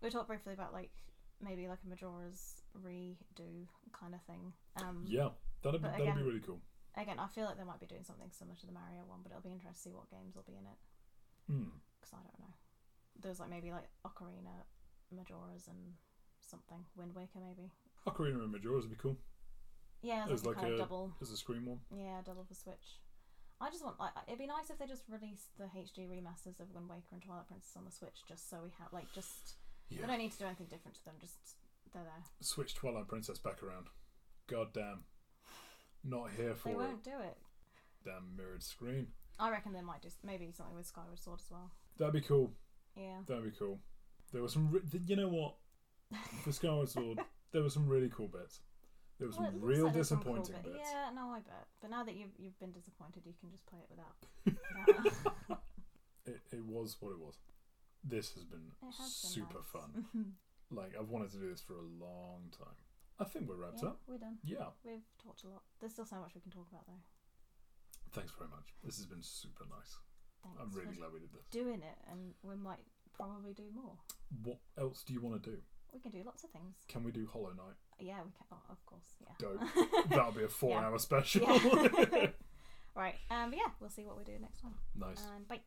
[SPEAKER 1] we talked briefly about like maybe like a majora's redo kind of thing um
[SPEAKER 2] Yeah, that'd be
[SPEAKER 1] But
[SPEAKER 2] that'd be
[SPEAKER 1] again-
[SPEAKER 2] really cool.
[SPEAKER 1] again i feel like they might be doing something similar to the mario one but it'll be interesting to see what games will be in it
[SPEAKER 2] Mm.
[SPEAKER 1] because I don't know. There's like maybe like Ocarina, Majora's, and something Wind Waker maybe.
[SPEAKER 2] Ocarina and Majora's would be cool.
[SPEAKER 1] Yeah, it's
[SPEAKER 2] There's
[SPEAKER 1] like,
[SPEAKER 2] like
[SPEAKER 1] a kind
[SPEAKER 2] a-
[SPEAKER 1] of double.
[SPEAKER 2] There's a screen one.
[SPEAKER 1] Yeah, double for Switch. I just want like it'd be nice if they just released the HD remasters of Wind Waker and Twilight Princess on the Switch, just so we have like just
[SPEAKER 2] Yeah.
[SPEAKER 1] they don't need to do anything different to them. Just they're there.
[SPEAKER 2] switch Twilight Princess back around. God damn. Not here for
[SPEAKER 1] They
[SPEAKER 2] it.
[SPEAKER 1] won't do it.
[SPEAKER 2] Damn mirrored screen.
[SPEAKER 1] I reckon they might do s- maybe something with Skyward Sword as well.
[SPEAKER 2] That'd be cool.
[SPEAKER 1] Yeah.
[SPEAKER 2] That'd be cool. There were some. Re- th- you know
[SPEAKER 1] [LAUGHS]
[SPEAKER 2] what? For Skyward Sword, there were some really cool bits. There were some
[SPEAKER 1] Well, it looks
[SPEAKER 2] real
[SPEAKER 1] like there's some cool
[SPEAKER 2] disappointing
[SPEAKER 1] bit-
[SPEAKER 2] bits.
[SPEAKER 1] Yeah, no, I bet. But now that you've you've been disappointed, you can just play it
[SPEAKER 2] [LAUGHS]
[SPEAKER 1] without. without
[SPEAKER 2] It, it was what it was. This has been
[SPEAKER 1] it has been
[SPEAKER 2] super
[SPEAKER 1] nice. [LAUGHS]
[SPEAKER 2] fun. Like I've wanted to do this for a long time. I think we're wrapped
[SPEAKER 1] yeah,
[SPEAKER 2] up.
[SPEAKER 1] we're done.
[SPEAKER 2] Yeah.
[SPEAKER 1] We've talked a lot. There's still so much we can talk about though.
[SPEAKER 2] Thanks very much. This has been super nice.
[SPEAKER 1] Thanks
[SPEAKER 2] I'm really
[SPEAKER 1] for
[SPEAKER 2] glad we did this.
[SPEAKER 1] doing it, and we might probably do more.
[SPEAKER 2] What else do you want to do?
[SPEAKER 1] We can do lots of things.
[SPEAKER 2] Can we do Hollow Knight?
[SPEAKER 1] Yeah, we can. Oh, of course. Yeah.
[SPEAKER 2] Dope. [LAUGHS] That'll be a four
[SPEAKER 1] Yeah.
[SPEAKER 2] hour special. [LAUGHS]
[SPEAKER 1] Yeah. [LAUGHS] right. Um. But yeah, we'll see what we do next time.
[SPEAKER 2] nice.
[SPEAKER 1] And bye.